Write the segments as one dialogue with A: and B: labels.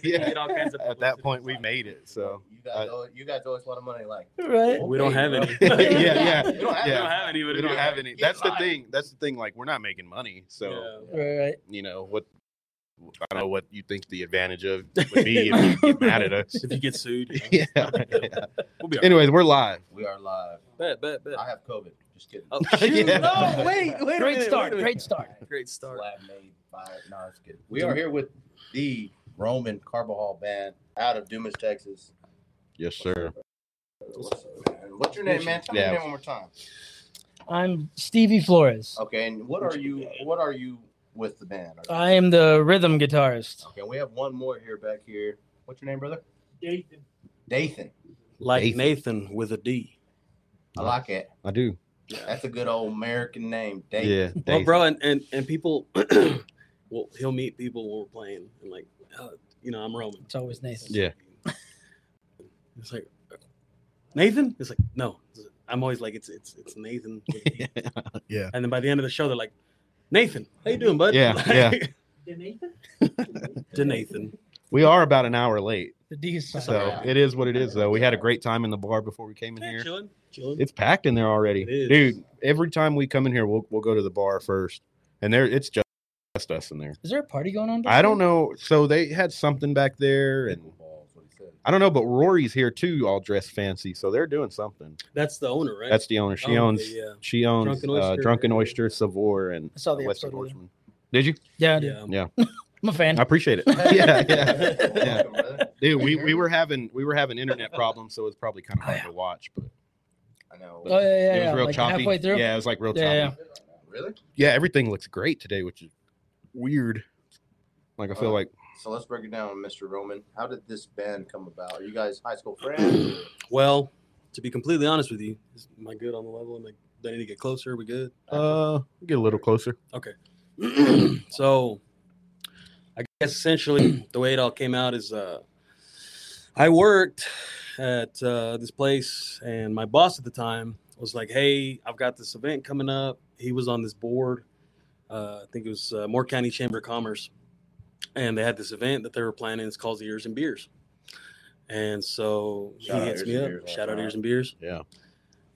A: yeah.
B: get all kinds of
A: At that
B: publicity.
A: point, we made it. So
C: You guys, owe, you guys owe us a lot of money. Like,
D: Right.
B: We don't have any.
A: yeah, yeah.
C: we don't have
B: We
A: Yeah.
B: don't have any.
A: We don't have any. That's the thing. That's the thing. Like we're not making money, so
D: Right. Right.
A: you know what. I don't know what you think the advantage of would be if you get mad at us.
B: If you get sued, you know,
A: yeah.
B: we'll be all
A: Anyways, we're live.
C: we are live.
E: Bet, bet, bet.
C: I have COVID. Just kidding.
E: Oh,
A: shoot. Yeah.
D: No, wait, wait.
E: Great start,
D: Great start.
E: Great start.
C: Slap made by. No, it's good. We are here with the Roman Carbohol Band out of Dumas, Texas.
A: Yes, sir.
C: What's what's your name, man? Tell me
A: Yeah.
C: your name one more time.
D: I'm Stevie
E: Oh.
D: Flores.
C: Okay, and what are you? What are you with the band? Are you-
D: I am the rhythm guitarist.
C: okay, we have one more here back here. What's your name, brother? Dathan.
E: Like
A: Nathan.
E: Nathan with a D.
C: I like it.
A: I do.
C: That's a good old American name, Dathan.
A: Yeah.
E: Well,
A: thanks.
E: bro, and, and, and people, well, he'll meet people when we're playing. And like, uh, you know, I'm Roman.
D: It's always Nathan.
A: Yeah.
E: It's like, Nathan? It's like, no. I'm always like, it's it's it's Nathan. With a D.
A: Yeah.
E: And then by the end of the show, they're like, Nathan, how you doing, bud?
A: Yeah, yeah.
E: to Nathan.
A: We are about an hour late,
D: The D is silent.
A: so it is what it is. Though we had a great time in the bar before we came in
E: Yeah,
A: here.
E: chilling, chilling.
A: It's packed in there already,
E: It is.
A: dude. Every time we come in here, we'll we'll go to the bar first, and there it's just just us in there.
D: Is there a party going on?
A: I don't know. So they had something back there, and
C: Pickleball is what he said.
A: I don't know, but Rory's here too, all dressed fancy. So they're doing something.
E: That's the owner, right?
A: That's the owner. She
E: Oh,
A: owns.
E: okay, yeah.
A: She owns Drunken
E: Drunken
A: Oyster, uh,
E: Oyster.
A: Drunken Oyster Savour, and
D: I saw the
A: Western
D: episode of
A: Horseman. Did you?
D: Yeah, I do.
E: Yeah.
D: I'm a fan.
A: I appreciate it. yeah, yeah, yeah.
C: Welcome, brother.
A: Dude, we, we were having we were having internet problems, so it was probably kind of hard to watch, but
C: I
D: Oh
C: know.
D: yeah, yeah,
A: it was
D: yeah.
A: real
D: like
A: choppy.
D: halfway through.
A: Yeah, it was like real
D: Yeah,
A: choppy.
D: yeah.
A: Yeah.
C: Really?
A: everything looks great today, which is weird. Like I feel
C: Uh,
A: like
C: So let's break it down, Mr. Roman. How did this band come about? Are you guys high school friends?
E: Well, to be completely honest with you, is, am I good on the level? Am I, do I need to get closer? Are we good?
A: uh get a little closer.
E: so I guess essentially the way it all came out is uh, I worked at uh, this place, and my boss at the time was like, "Hey, I've got this event coming up." He was on this board. Uh, I think it was uh, Moore County Chamber of Commerce, and they had this event that they were planning. It's called the Ears and Beers, and so
C: Shout out
E: he hits
C: Ears
E: me
C: and
E: up.
C: Beers,
E: Shout out
C: awesome.
E: Ears and Beers
A: Yeah.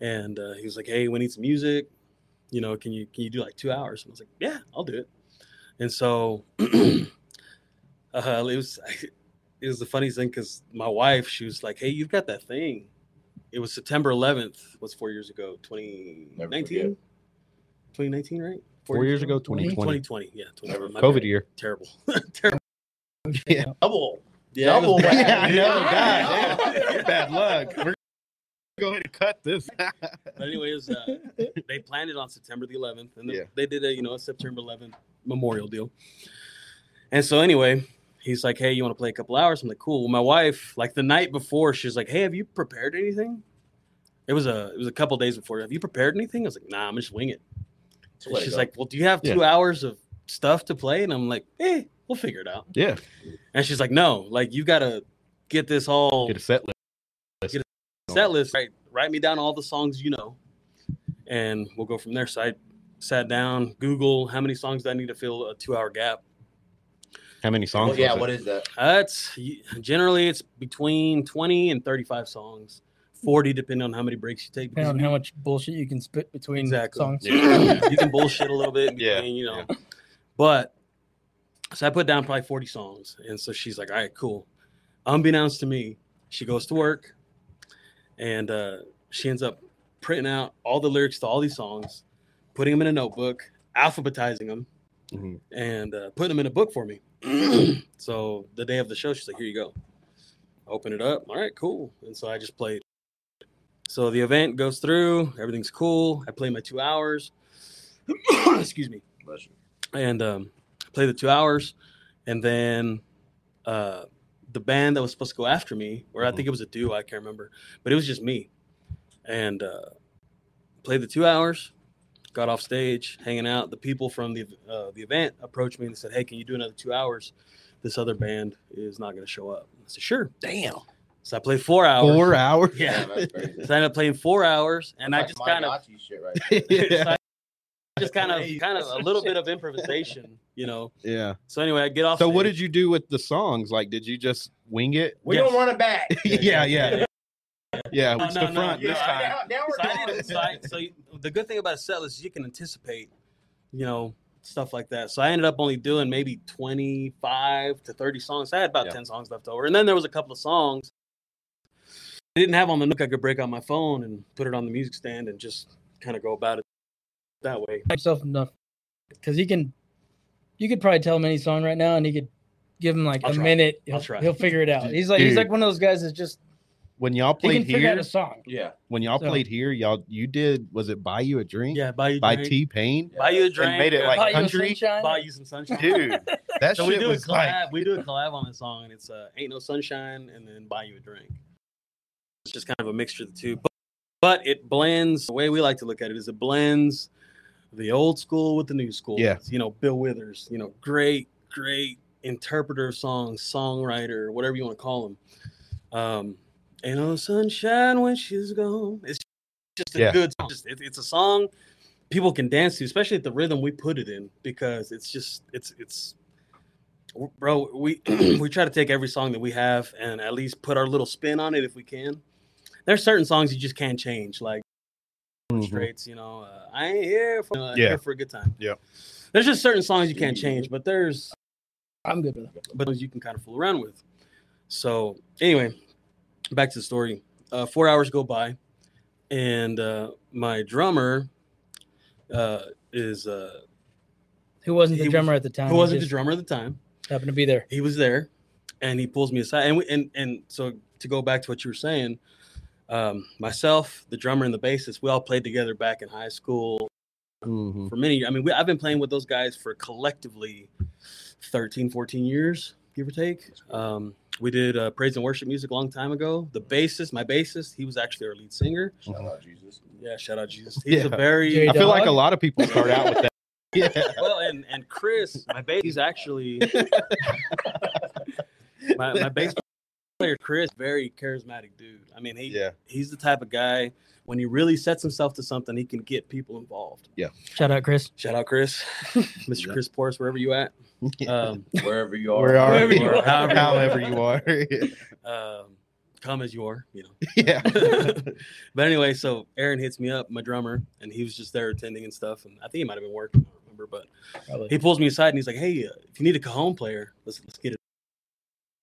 E: and uh, he was like, "Hey, we need some music. You know, can you can you do like two hours?" And I was like, "Yeah, I'll do it." And so uh, it was it was the funniest thing because my wife she was like, "Hey, you've got that thing." It was September 11th. Was four years ago, 2019, 2019, right?
A: Four years ago, twenty twenty.
E: 2020, yeah, 2020. My
A: COVID
E: bad.
A: year.
E: terrible.
C: Double.
E: Yeah, it was
C: Double.
E: bad.
C: Yeah, I know,
A: God damn. Bad luck. We're going to cut this.
E: But anyways, uh, they planned it on September the 11th, and
A: Yeah.
E: they did a you know a September 11th memorial deal. And so anyway, he's like, "Hey, you want to play a couple hours?" I'm like, "Cool." Well, my wife, like the night before, she's like, "Hey, have you prepared anything?" It was a it was a couple days before. Have you prepared anything? I was like, "Nah, I'm just wing it." And
C: Way to
E: she's
C: go.
E: like, "Well, do you have two hours of stuff to play?" And I'm like, "Eh, we'll figure it out."
A: yeah.
E: And she's like, "No, like you got to get this all
A: Get a set list.
E: set list. Right, write me down all the songs you know, and we'll go from there. So I sat down, Google how many songs do I need to fill a two-hour gap.
A: How many songs?
C: yeah,
A: was
C: what
A: it?
C: is that?
E: That's generally it's between twenty and thirty-five songs, forty depending on how many breaks you take.
D: Depending on how much bullshit you can spit between
E: Exactly.
D: songs.
A: Yeah.
E: you can bullshit a little bit. in
A: Yeah,
E: between, you know. But so I put down probably 40 songs. And so she's like, all right, cool. Unbeknownst to me, she goes to work and uh, she ends up printing out all the lyrics to all these songs, putting them in a notebook, alphabetizing them,
A: Mhm.
E: and uh, putting them in a book for me. so the day of the show, she's like, here you go. Open it up. All right, cool. And so I just played. So the event goes through, everything's cool. I play my two hours. Excuse me. And um, play the two hours. And then uh, the band that was supposed to go after me, or I think it was a duo, I can't remember, but it was just me. And uh, played the two hours, got off stage, hanging out. The people from the, uh, the event approached me and said, Hey, can you do another two hours? This other band is not going to show up. I said, Sure.
A: Damn.
E: So I played four hours.
A: Four hours.
E: Yeah.
C: Damn, that's crazy.
E: So I ended up playing four hours, and I
C: Like
E: just kind of
C: mariachi shit right
A: yeah.
E: just kind of kind of a little bit of improvisation, you know.
A: Yeah.
E: So anyway, I get off.
A: So what
E: stage.
A: did you do with the songs? Like, did you just wing it?
C: We
E: Yes.
C: don't run it back.
A: yeah, yeah, yeah.
E: No,
A: it's
E: no,
A: the
E: no,
A: front
E: yeah.
A: this time.
C: now,
E: So,
C: now
E: I
C: we're doing
E: didn't, so, I- so you- the good thing about a set list is you can anticipate, you know, stuff like that. So I ended up only doing maybe 25 to 30 songs. I had about
A: Yeah.
E: 10 songs left over. And then there was a couple of songs I didn't have on the Nook I could break on my phone and put it on the music stand and just kind of go about it that way.
D: Himself enough because he can. You could probably tell him any song right now, and he could give him like
E: I'll
D: a
E: try.
D: minute.
E: I'll
D: He'll,
E: try.
D: he'll figure it out. He's like he's
A: Dude.
D: like one of those guys that's just
A: When y'all
D: he can
A: played
D: figure out
A: here,
D: a song.
C: Yeah.
A: when y'all
D: So-
A: played here, y'all you did was it buy you a drink?
E: Yeah, buy you
A: By
E: drink,
A: T Pain,
E: Buy you a drink.
A: made it,
E: yeah,
A: like,
D: Buy You a
A: country?
D: Sunshine.
E: buy you some sunshine.
A: dude. That
E: so we
A: shit
E: do a
A: was
E: collab.
A: like
E: We do a collab on this song, and it's uh, "Ain't No Sunshine" and then "Buy You a Drink." It's just kind of a mixture of the two, but, but it blends. The way we like to look at it is it blends the old school with the new school.
A: Yeah.
E: you know Bill Withers. You know, great, great interpreter of songs, songwriter, whatever you want to call him. Um, "Ain't No Sunshine When She's Gone." It's just a
A: Yeah.
E: good. Song. Just, it, it's a song people can dance to, especially at the rhythm we put it in, because it's just it's it's bro, we we try to take every song that we have and at least put our little spin on it if we can. There's certain songs you just can't change, like
A: Mhm.
E: Straits, you know, uh, I ain't here for, uh,
A: Yeah.
E: here for a good time.
A: Yep.
E: There's just certain songs you can't change, but there's
D: I'm good with it.
E: but those you can kind of fool around with. So anyway, back to the story. Uh, four hours go by, and uh, my drummer uh, is uh,
D: Who wasn't the
E: He was-
D: drummer at the time?
E: who wasn't
D: he
E: the
D: just
E: drummer at the time.
D: Happened to be there.
E: He was there, and he pulls me aside. And we, and and so to go back to what you were saying, um, myself, the drummer, and the bassist, we all played together back in high school
A: Mhm.
E: for many years. I mean, we, I've been playing with those guys for collectively 13, 14 years, give or take. Um, we did uh, praise and worship music a long time ago. The bassist, my bassist, he was actually our lead singer.
C: Shout out Jesus.
E: Yeah, shout out Jesus. He's a
A: Yeah.
E: very
A: I feel like a
D: Dog?
A: lot of people start out with that. Yeah,
E: well, and and Chris, my bass, he's actually my, my bass player. Chris, very charismatic dude. I mean, he
A: yeah,
E: he's the type of guy when he really sets himself to something, he can get people involved.
D: Shout out, Chris.
E: Shout out, Chris, Mr.
A: Yeah.
E: Chris Porus, wherever you at. Um,
C: Wherever you are.
A: Where are
E: Wherever
A: you?
E: you are.
A: However you are.
E: um, come as you are, you know.
A: yeah.
E: but anyway, so Aaron hits me up, my drummer, and he was just there attending and stuff. And I think he might have been working, I don't remember. But
D: Probably.
E: he pulls me aside and he's like, "Hey, uh, if you need a cajon player, let's let's get it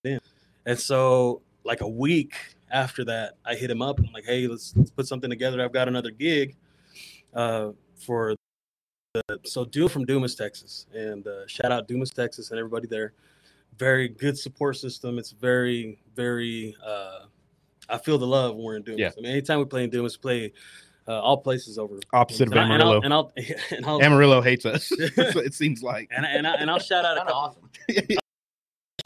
E: in." And so, like a week after that, I hit him up. and I'm like, "Hey, let's let's put something together. I've got another gig uh, for the so Doom from Dumas, Texas, and uh, shout out Dumas, Texas, and everybody there. Very good support system. It's very very. Uh, I feel the love when we're in Dumas.
A: Yeah.
E: I mean, anytime we play in Dumas, we play uh, all places over.
A: Opposite of
E: and, I, and I'll
A: Amarillo.
E: and I'll and I'll,
A: Amarillo hates us. So it seems like.
E: and, I, and, I, and I'll shout out a
C: Kinda
E: couple.
C: awesome.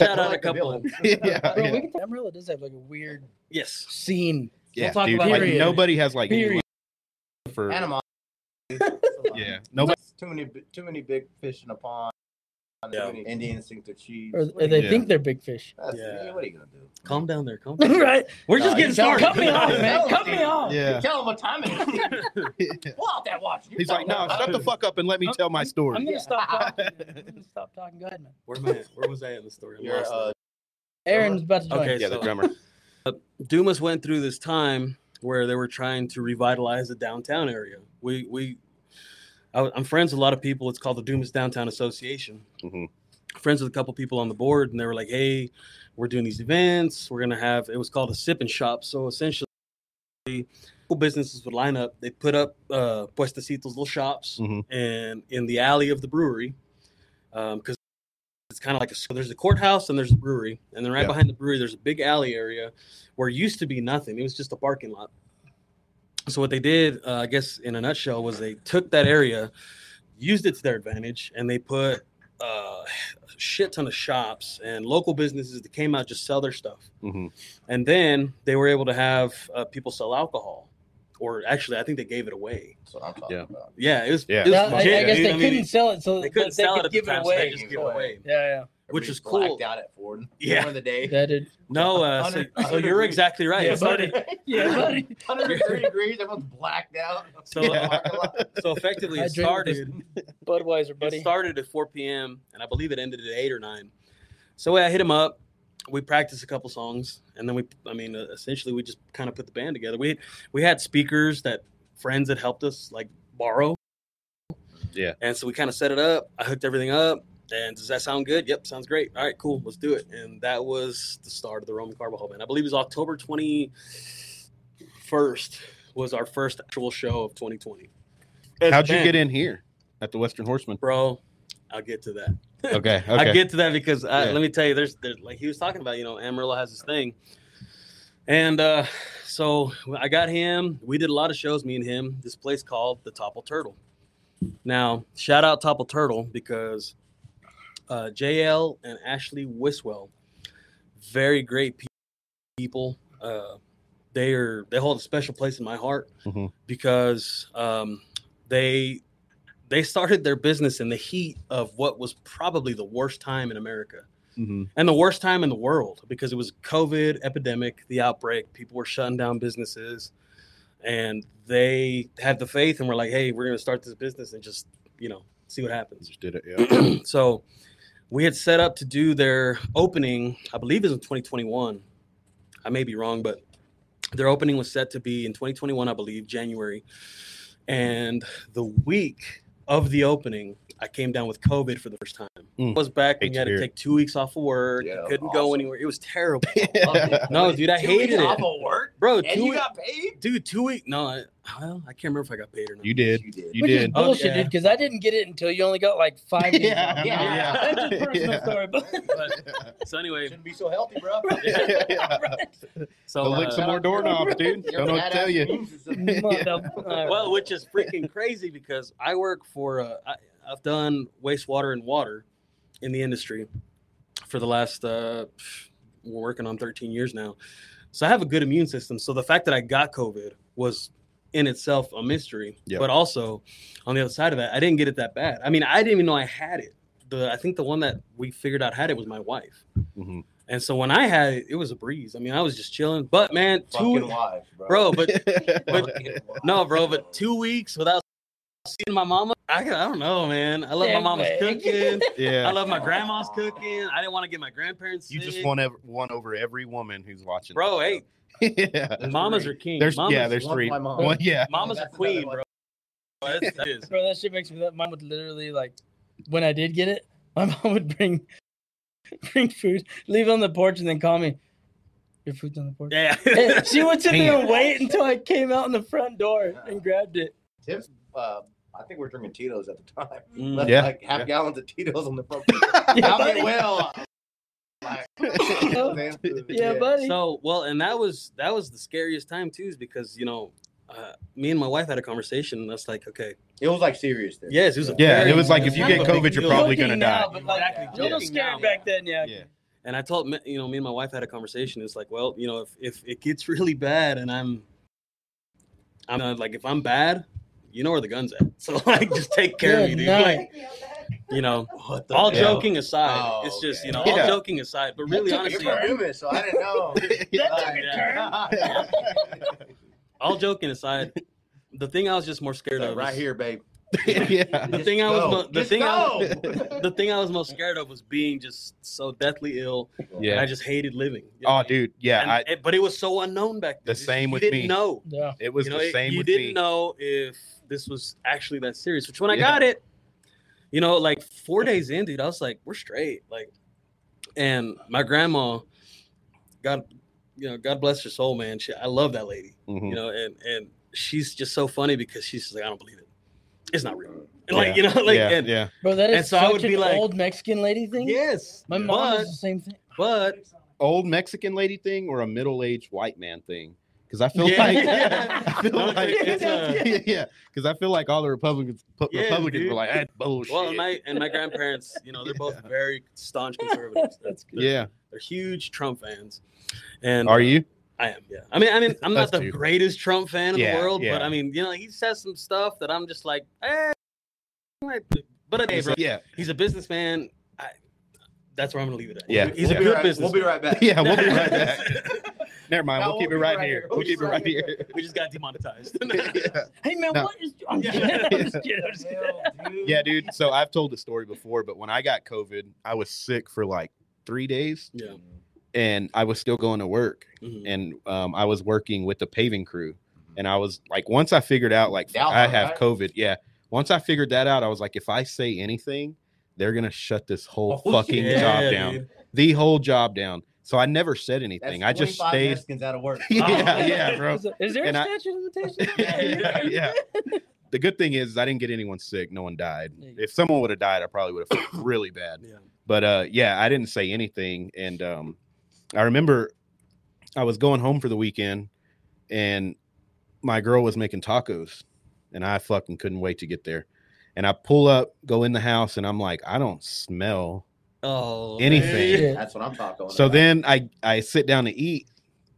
E: Shout out a
C: Like the
E: couple. Of,
C: villain.
A: Yeah, yeah.
D: Bro, we can- Amarillo does have like a weird
E: yes.
D: scene.
A: Yeah,
D: talk
A: dude.
D: about
A: Like
D: it.
A: nobody has like any
D: Period.
A: love for
C: Animal.
A: yeah. Nobody.
C: It's Too many, bi- too many big fish in a pond.
E: Yeah.
C: Too many Indians think they're cheap.
D: Or,
C: What are
D: or they
C: you-
A: Yeah.
D: think they're big fish.
C: That's-
E: Yeah.
C: What are you gonna do?
E: Calm down there. Calm down.
D: right?
E: We're
C: Nah,
E: just getting
C: you tell-
E: started.
D: Cut me off, man. Cut me off.
A: Yeah.
C: Tell them what time it is. Pull out that watch. You're
A: He's like, no,
C: telling them.
A: shut the fuck up and let me
D: I'm-
A: tell my
D: I'm
A: story.
D: gonna
C: Yeah.
D: stop talking. I'm gonna stop talking. Go ahead, man.
E: Where, am I at? Where was I in the story? I'm
C: You're,
E: lost now.
C: uh,
D: Aaron's about to join.
E: Okay.
A: Yeah, the
E: so-
A: drummer.
E: Dumas went through this time where they were trying to revitalize the downtown area. We we I, am friends with a lot of people. It's called the Dumas Downtown Association.
A: Mhm.
E: Friends with a couple people on the board, and they were like, "Hey, we're doing these events. We're gonna have." It was called a sip and shop. So essentially, local businesses would line up. They put up uh, puestecitos, little shops,
A: Mhm.
E: and in the alley of the brewery, because it's kind of like a so there's the courthouse and there's the brewery, and then right
A: Yeah.
E: behind the brewery there's a big alley area where it used to be nothing. It was just a parking lot. So what they did, uh, I guess, in a nutshell, was they took that area, used it to their advantage, and they put uh, a shit ton of shops and local businesses that came out just sell their stuff.
A: hmm
E: And then they were able to have uh, people sell alcohol, or actually, I think they gave it away.
C: That's what I'm talking
A: Yeah.
C: about.
E: Yeah, it was.
A: Yeah.
E: It was
D: Well, I, I
E: legit,
D: guess
E: dude.
D: they
E: I mean,
D: couldn't sell it, so
E: they couldn't
D: but
E: sell it
D: could
E: at
D: give
E: the
D: it
E: time, so they
D: away.
E: just give it away.
D: Yeah,
E: Which is
C: Everybody's
E: cool.
C: blacked Out at Ford.
E: Yeah.
C: One of the day.
D: That it,
E: No, uh, so,
C: Hundred-
E: so you're exactly right.
D: Yeah, buddy. yeah, buddy.
C: 130 degrees. Everyone's blacked out.
E: So,
C: Yeah.
E: so effectively,
D: I
E: it
D: drink with
E: started.
D: Budweiser, buddy.
E: It started at 4 p.m. and I believe it ended at 8 or 9. So I hit him up. We practiced a couple songs, and then we, I mean, uh, essentially we just kind of put the band together. We we had speakers that friends had helped us like borrow.
A: Yeah.
E: And so we kind of set it up. I hooked everything up. And does that sound good? Yep, sounds great. All right, cool. Let's do it. And that was the start of the Roman Carvajal Band. I believe it was October 21st was our first actual show of 2020.
A: How'd you get in here at the Western Horseman?
E: Bro, I'll get to that.
A: Okay. Okay.
E: I get to that because I,
A: Yeah.
E: let me tell you, there's, there's like he was talking about, you know, Amarillo has this thing, and uh, so I got him. We did a lot of shows, me and him. This place called the Topple Turtle. Now, shout out Topple Turtle because uh, JL and Ashley Wiswell, very great pe- people. Uh, they are they hold a special place in my heart
A: Mhm.
E: because um, they they started their business in the heat of what was probably the worst time in America
A: Mhm.
E: and the worst time in the world because it was COVID epidemic, the outbreak, people were shutting down businesses and they had the faith and were like, "Hey, we're going to start this business and just, you know, see what happens."
A: Just did it. Yeah.
E: so we had set up to do their opening, I believe it was in 2021. I may be wrong, but their opening was set to be in 2021, I believe, January. And the week of the opening, I came down with COVID for the first time.
A: Mm.
E: I was back
A: Hate to
E: and you had to
A: hear it.
E: take two weeks off of work.
C: Yeah,
E: you couldn't
C: awesome.
E: go anywhere. It was terrible.
C: Yeah.
E: no, dude, I
C: Two
E: hated
C: weeks
E: it.
C: off of work,
E: Bro,
C: and
E: two
C: you
E: weeks.
C: got paid.
E: Dude, two weeks. No, I, well, I can't remember if I got paid or not.
A: You did.
C: You did.
A: You
D: Which is
A: did.
E: Oh,
D: bullshit,
E: yeah.
D: dude, because I didn't get it until you only got like five days.
A: Yeah,
D: off.
C: yeah,
A: yeah.
D: That's a personal
A: Yeah.
D: story, but
E: But, so anyway,
C: Shouldn't be so healthy, bro.
E: so
A: Go lick
E: uh,
A: some more doorknobs, dude.
C: Your
A: Don't know what to
C: badass
A: tell you.
C: immune system.
D: Mother- all right.
E: well, which is freaking crazy because I work for uh, I, I've done wastewater and water in the industry for the last uh, pff, we're working on 13 years now. So I have a good immune system. So the fact that I got COVID was in itself a mystery.
A: Yeah.
E: But also on the other side of that, I didn't get it that bad. I mean, I didn't even know I had it. The I think the one that we figured out had it was my wife.
A: Mhm.
E: And so when I had it, it was a breeze. I mean, I was just chilling. But man,
C: Fucking
E: two
C: wives, bro.
E: bro, but
A: But
C: Fucking wives.
E: no, bro, but two weeks without seeing my mama, I, I don't know, man. I love my
D: Dang,
E: mama's
D: man.
E: cooking. I
A: yeah,
E: love my grandma's cooking. I didn't want to get my grandparents.
A: you just
E: sick.
A: won ev- won over every woman who's watching.
E: bro. Hey,
A: yeah,
C: There's
E: mamas
C: three.
E: are king.
A: there's
E: mamas,
A: yeah, there's
C: Love
A: three.
C: my mom.
A: One- yeah,
E: mamas are
C: That's
E: queen,
C: another one.
E: bro. That's, that is.
D: Bro, that shit makes me. That mom would literally like, when I did get it, my mom would bring, bring food, leave it on the porch, and then call me. Your food's on the porch.
E: Yeah.
D: And she would sit there
A: Damn.
D: and wait until I came out in the front door and grabbed it.
C: Tips, uh, I think we're drinking Tito's at the time.
E: Mm.
C: Left,
A: Yeah.
C: Like half
A: Yeah.
C: gallons of Tito's on the front.
D: Yeah,
C: I
D: buddy.
C: mean, well. like, man, food,
D: Yeah, buddy.
E: So well, and that was that was the scariest time too, is because you know, uh, me and my wife had a conversation, and that's like, okay,
C: It was like serious. There.
E: yes, it was. A
A: yeah.
E: very-
A: It was like if you
E: Kind
A: get
E: of a big
A: COVID, you're
E: deal.
A: probably
D: Joking
A: gonna
D: now,
A: die.
D: But like,
E: Exactly.
D: A little
E: Joking
D: scared
E: now.
D: back then, yeah.
A: Yeah,
E: and I told me- you know me and my wife had a conversation. It's like, well, you know, if if it gets really bad and I'm, I'm not- like, if I'm bad, you know where the guns at. So like, just take care of me,
D: Good
E: dude.
D: night.
E: Like, you know,
C: What the
E: all
C: hell?
E: joking aside,
C: Oh,
E: it's just you
C: okay.
E: know,
A: Yeah.
E: all joking aside. But really,
C: You're
D: You're
E: honestly,
C: from Newman, so I didn't know.
E: all joking aside, the thing I was just more scared of
C: right
E: is-
C: here, babe.
A: yeah.
E: The thing I was mo- the thing I was-
C: was.
E: The thing I was most scared of was being just so deathly ill. and
A: Yeah.
E: I just hated living. you know?
A: Oh, dude. Yeah.
E: And-
A: I,
E: it- but it was so unknown back then.
A: The
E: It's-
A: same
E: you
A: with
E: didn't
A: me.
E: Know.
D: Yeah.
A: it was
E: you know,
A: the
E: it-
A: same
E: you
A: with
E: didn't
A: me.
E: know if this was actually that serious. Which when I
A: Yeah.
E: got it, you know, like four days in, dude, I was like, "We're straight." Like, and my grandma, God, you know, God bless her soul, man. She, I love that lady,
A: Mhm.
E: you know, and and she's just so funny because she's just like, "I don't believe it. It's not real." And
A: Yeah.
E: Like you know, like
A: yeah,
E: and
A: yeah.
D: Bro, that is
E: And so
D: such
E: I would
D: an
E: be like-
D: old Mexican lady thing.
E: yes,
D: My
E: but,
D: mom is the same thing.
E: but
A: Old Mexican lady thing or a middle aged white man thing? Because I feel
E: Yeah.
A: like,
E: Yeah.
A: I feel
E: No,
A: like
E: it's a-
A: yeah, yeah. Because I feel like all the Republicans, pu-
E: Yeah,
A: Republicans
E: dude.
A: were like, that's bullshit.
E: well, and my and my grandparents, you know, they're both very staunch conservatives.
D: That's
E: They're-
A: yeah.
E: they're huge Trump fans. And
A: Are you?
E: I am, yeah. I mean, I mean, I'm
A: Us
E: not the
A: too.
E: greatest Trump fan in
A: Yeah,
E: the world, but
A: yeah.
E: I mean, you know, he says some stuff that I'm just like, eh. like, But hey, bro,
A: Yeah.
E: he's a businessman. I, That's where I'm gonna leave it at.
A: Yeah.
E: he's
C: we'll
E: a
C: be
E: good
C: right,
E: business.
C: We'll be right back.
A: Yeah, we'll be right back. Never mind.
C: No,
A: We'll keep it right here. We'll keep it right here.
E: we just got demonetized.
A: Mm-hmm.
D: Hey man,
A: No.
D: what is? I'm
E: Yeah.
D: kidding. I'm just kidding. I'm just kidding.
A: Yeah, dude. So I've told the story before, but when I got COVID, I was sick for like three days
E: yeah.
A: and I was still going to work.
E: Mhm.
A: And um, I was working with the paving crew. And I was like, once I figured out, like,
C: Down
A: I
C: for
A: have
C: that.
A: COVID. Yeah. Once I figured that out, I was like, if I say anything, they're going to shut this whole
D: Oh,
A: fucking
E: Yeah,
A: job down.
E: dude.
A: The whole job down. So I never said
C: That's
A: anything. I just
C: 25
A: stayed.
C: Mexicans out of work.
D: Oh.
A: yeah, yeah, bro.
D: Is there- Is there
A: And
D: a
A: I-
D: statute of
E: Yeah,
D: limitations?
A: yeah, yeah. The good thing is I didn't get anyone sick. No one died.
D: There you go.
A: If someone would have died, I probably would have felt really bad.
E: Yeah.
A: But uh, yeah, I didn't say anything. And um, I remember I was going home for the weekend, and my girl was making tacos, and I fucking couldn't wait to get there. And I pull up, go in the house, and I'm like, I don't smell
E: Oh,
A: anything.
D: Yeah.
C: That's what I'm
D: Oh,
C: talking about.
A: So then I I sit down to eat,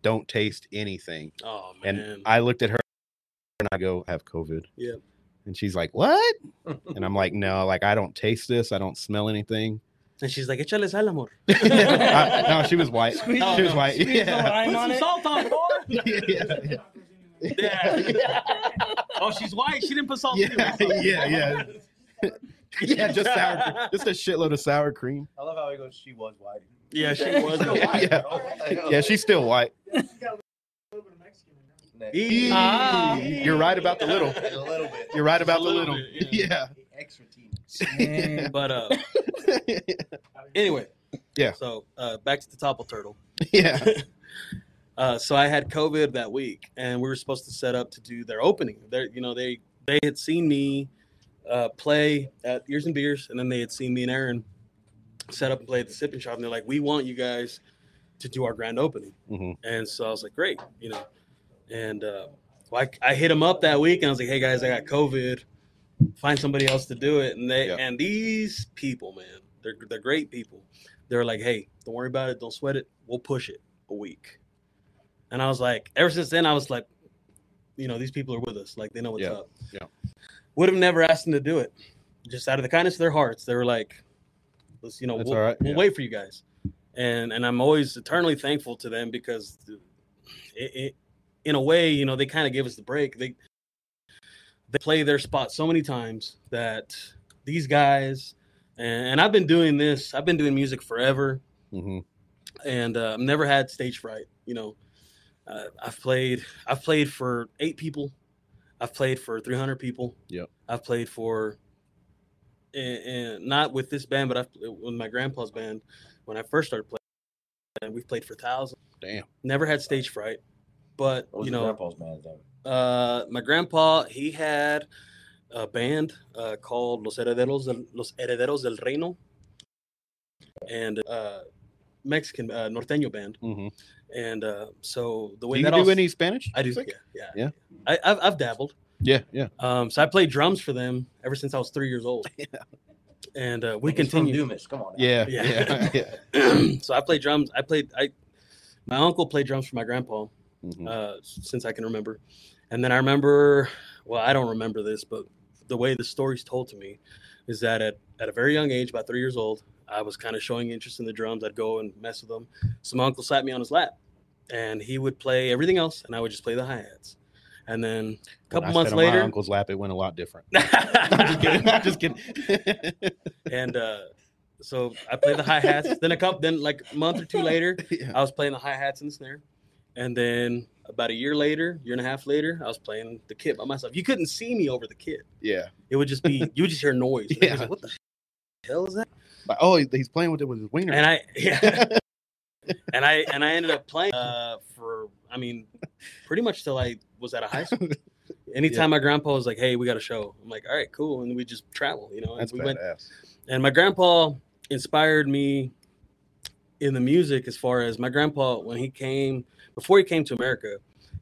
A: don't taste anything.
E: Oh man.
A: And I looked at her and I go, I have COVID.
E: Yep.
A: And she's like, What? and I'm like, No, like I don't taste this. I don't smell anything.
E: and she's like, "Echale sal, amor."
A: I- no, she was white.
D: Squeeze-
A: she was white.
D: squeeze the
A: Yeah.
D: lime
E: Put
D: on
E: some
D: it.
E: salt on, boy.
A: yeah. Yeah.
E: yeah. Oh, she's white. She didn't put salt. in
A: Yeah.
E: it.
A: Yeah. Yeah. Yeah, just sour, cre- just a shitload of sour cream.
C: I love how he goes, she was white.
E: Yeah, she was.
A: Yeah.
E: white.
A: Yeah, she's still white.
E: Eee.
D: Ah.
A: You're right about the little.
C: A little bit.
A: You're right about the
E: Just a
A: little.
E: little bit,
A: yeah.
C: Extra team.
D: Man.
E: But uh, anyway.
A: Yeah.
E: So uh, back to the topple turtle.
A: yeah.
E: Uh, so I had COVID that week, and we were supposed to set up to do their opening. They, you know, they they had seen me uh, play at Ears and Beers, and then they had seen me and Aaron set up and play at the Sipping Shop, and they're like, "We want you guys to do our grand opening."
A: Mhm.
E: And so I was like, "Great," you know. And uh, well, I, I hit them up that week, and I was like, "Hey guys, I got COVID. Find somebody else to do it." And they
A: Yeah.
E: and these people, man, they're they're great people. They're like, "Hey, don't worry about it. Don't sweat it. We'll push it a week." And I was like, ever since then, I was like, you know, these people are with us. Like they know what's
A: Yeah.
E: up.
A: Yeah.
E: Would have never asked them to do it. Just out of the kindness of their hearts, they were like, let's, you know,
A: That's
E: we'll,
A: all right.
E: we'll
A: Yeah.
E: wait for you guys. And and I'm always eternally thankful to them because it, it, in a way, you know, they kind of give us the break. They they play their spot so many times that these guys and, and I've been doing this, I've been doing music forever
A: hmm
E: and uh, I've never had stage fright. You know, uh, I've played I've played for eight people, I've played for three hundred people.
A: Yep.
E: I've played for, and, and not with this band, but I've with my grandpa's band when I first started playing. And we've played for thousands.
A: Damn.
E: Never had stage fright, but
C: What was
E: you
C: your
E: know,
C: grandpa's man's name?
E: uh, my grandpa he had a band uh, called Los Herederos del, Los Herederos del Reino, and uh, Mexican uh, norteño band.
A: hmm
E: And uh, so
A: Do
E: the way
A: you
E: that
A: do
E: all,
A: any Spanish?
E: I do, yeah,
A: music?
E: yeah,
A: Yeah.
E: I, I've, I've dabbled.
A: Yeah. Yeah.
E: Um, so I played drums for them ever since I was three years old, and uh, we
C: He's from
E: continue.
C: Dumas. Come on. now.
A: Yeah.
E: Yeah.
A: Yeah. yeah.
E: so I played drums. I played. I my uncle played drums for my grandpa
A: Mhm.
E: uh, since I can remember, and then I remember. Well, I don't remember this, but the way the story's told to me is that at at a very young age, about three years old, I was kind of showing interest in the drums. I'd go and mess with them. So my uncle slapped me on his lap, and he would play everything else, and I would just play the hi hats. And then a
A: When
E: couple
A: I
E: months
A: sat on my
E: later,
A: uncle's lap, it went a lot different. I'm just kidding. I'm just kidding.
E: and uh, so I played the hi hats. then a couple, then like a month or two later,
A: Yeah.
E: I was playing the hi hats and the snare, and then about a year later, year and a half later, I was playing the kit by myself. You couldn't see me over the kit;
A: yeah.
E: it would just be you would just hear noise. And it was
A: Yeah.
E: like, what the hell is that?
A: Like, oh, he- he's playing with it with his wiener.
E: And I yeah, and I and I ended up playing uh, for I mean, pretty much till I was out of high school. Anytime my grandpa was like, "Hey, we got a show," I'm like, "All right, cool," and we just travel, you know. And
A: That's
E: we
A: badass.
E: went and my grandpa inspired me in the music as far as my grandpa when he came before he came to america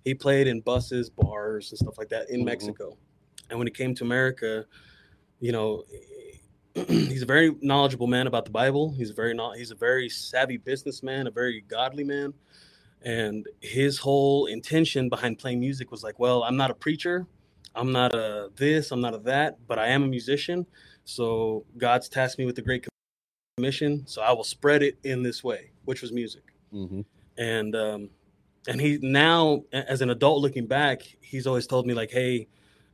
E: he played in buses bars and stuff like that in
A: Mhm.
E: mexico and when he came to america you know he's a very knowledgeable man about the bible he's a very know- he's a very savvy businessman a very godly man and his whole intention behind playing music was like well i'm not a preacher i'm not a this i'm not a that but i am a musician so God's tasked me with the great mission, so I will spread it in this way, which was music.
A: Mhm.
E: And um, and he now, a- as an adult looking back, he's always told me like, hey,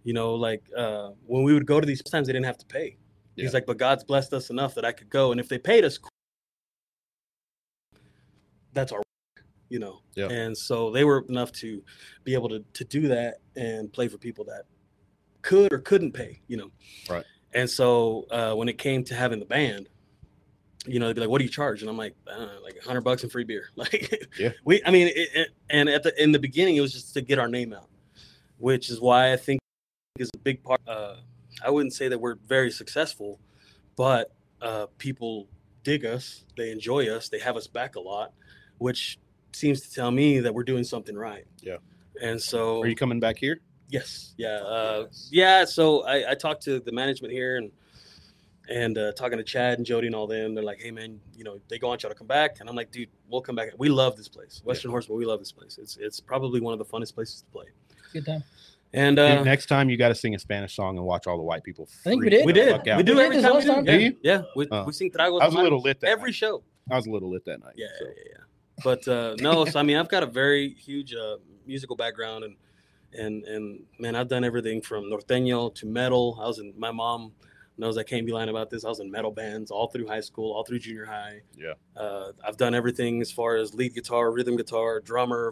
E: you know, like uh, when we would go to these times, they didn't have to pay.
A: Yeah.
E: He's like, but God's blessed us enough that I could go, and if they paid us, that's our, work, you know.
A: Yeah.
E: And so they were enough to be able to to do that and play for people that could or couldn't pay, you know.
A: Right.
E: And so uh, when it came to having the band, you know, they'd be like, "What do you charge?" And I'm like, I don't know, like hundred bucks and free beer. Like,
A: Yeah.
E: we, I mean, it, it, and at the in the beginning, it was just to get our name out, which is why I think is a big part. Uh, I wouldn't say that we're very successful, but uh, people dig us, they enjoy us, they have us back a lot, which seems to tell me that we're doing something right.
A: Yeah.
E: And so,
A: Are you coming back here?
E: Yes. Yeah. Uh, yeah. So I, I talked to the management here and and uh, talking to Chad and Jody and all them. They're like, hey man, you know, they go want y'all to come back, and I'm like, dude, we'll come back. We love this place, Western Horseman. We love this place. It's it's probably one of the funnest places to play.
D: Good time.
E: And
A: Dude,
E: uh,
A: next time you got to sing a Spanish song and watch all the white people.
D: I think we
A: freak
D: did.
A: the
E: we did.
A: fuck out.
E: We do
D: We did
E: every
D: this
E: time. We
D: last
E: do.
D: time.
E: Yeah.
A: Do you?
E: yeah. We,
A: Oh.
E: we sing Tragos.
A: I was a
E: Amargos
A: little lit that
E: every
A: night.
E: show.
A: I was a little lit that night.
E: yeah,
A: so.
E: yeah, yeah, yeah. But uh, no, so I mean, I've got a very huge uh, musical background, and and and man, I've done everything from norteño to metal. I was in my mom knows I can't be lying about this. I was in metal bands all through high school, all through junior high.
A: Yeah.
E: uh, I've done everything as far as lead guitar, rhythm guitar, drummer,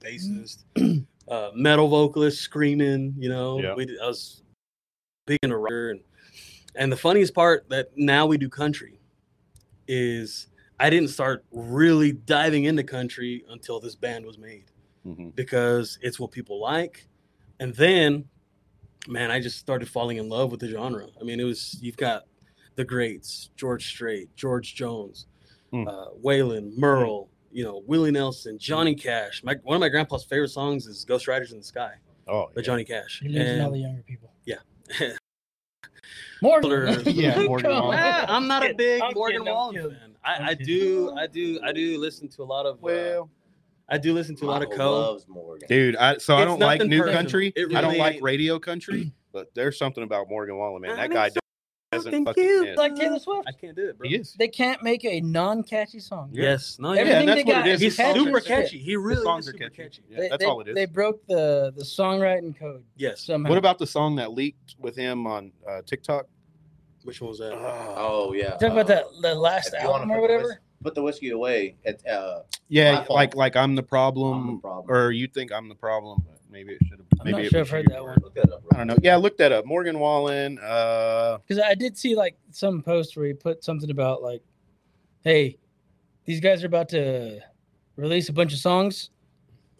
E: bassist, uh, metal vocalist, screaming. You know,
A: Yeah.
E: we did- I was big into rocker, and and the funniest part that now we do country is I didn't start really diving into country until this band was made
A: Mhm.
E: because it's what people like. And then, man, I just started falling in love with the genre. I mean, it was you've got the greats: George Strait, George Jones,
A: Mm.
E: uh, Waylon Merle. You know, Willie Nelson, Johnny Cash. My one of my grandpa's favorite songs is "Ghost Riders in the Sky"
A: Oh,
E: by
A: yeah.
E: Johnny Cash.
D: You're losing all
E: And-
D: the younger people.
E: Yeah.
D: More.
A: Yeah, Morgan
D: Come
A: Wallen.
D: on.
E: I'm not a big
D: I'm
E: Morgan
D: kidding, I'm
E: Wallen
D: kidding.
E: fan. I, I
D: I'm kidding.
E: do, I do, I do listen to a lot of. uh,
A: Well,
E: I do listen to a lot of
C: Michael
E: Co.
C: loves Morgan.
A: dude, I so I
E: It's
A: don't like
E: nothing
A: new
E: personal.
A: country.
E: It
A: I don't
E: really
A: like
E: ain't.
A: radio
D: Mm.
A: country, but there's something about Morgan Wallen, man.
E: I
A: That
E: mean,
A: guy
E: so-
A: doesn't
E: thank
A: fucking.
E: you.
A: end.
D: It's like Taylor Swift.
E: I can't do it, bro.
A: He is.
D: They can't make a non-catchy song.
A: Yeah.
E: Yes, no,
A: Everything
E: yeah.
A: that's what it is.
E: He's
A: His songs
E: super
A: are
E: catchy. He
A: His
E: really
A: songs
E: is
A: are
E: super
A: catchy.
E: catchy.
A: Yeah, that's all it is.
D: They broke the the songwriting code
E: Yes.
D: somehow.
A: What about the song that leaked with him on uh, TikTok?
E: Which one was that?
C: Oh yeah.
D: talk about
C: uh,
D: that the last
C: if you wanna
D: album
C: put
D: or
C: the
D: whatever?
C: whis- Put the whiskey away. At, uh,
A: Yeah,
C: My fault.
A: like like I'm the problem,
C: I'm the
A: Um,
C: problem.
A: or you think I'm the problem? But maybe it should have.
D: I'm
A: Maybe
D: not
A: it
D: sure
A: was
D: I've heard
A: you.
D: that one.
C: look that up.
A: I don't know. Yeah, look that up. Morgan Wallen. Uh,
D: Because I did see like some post where he put something about like, "Hey, these guys are about to release a bunch of songs.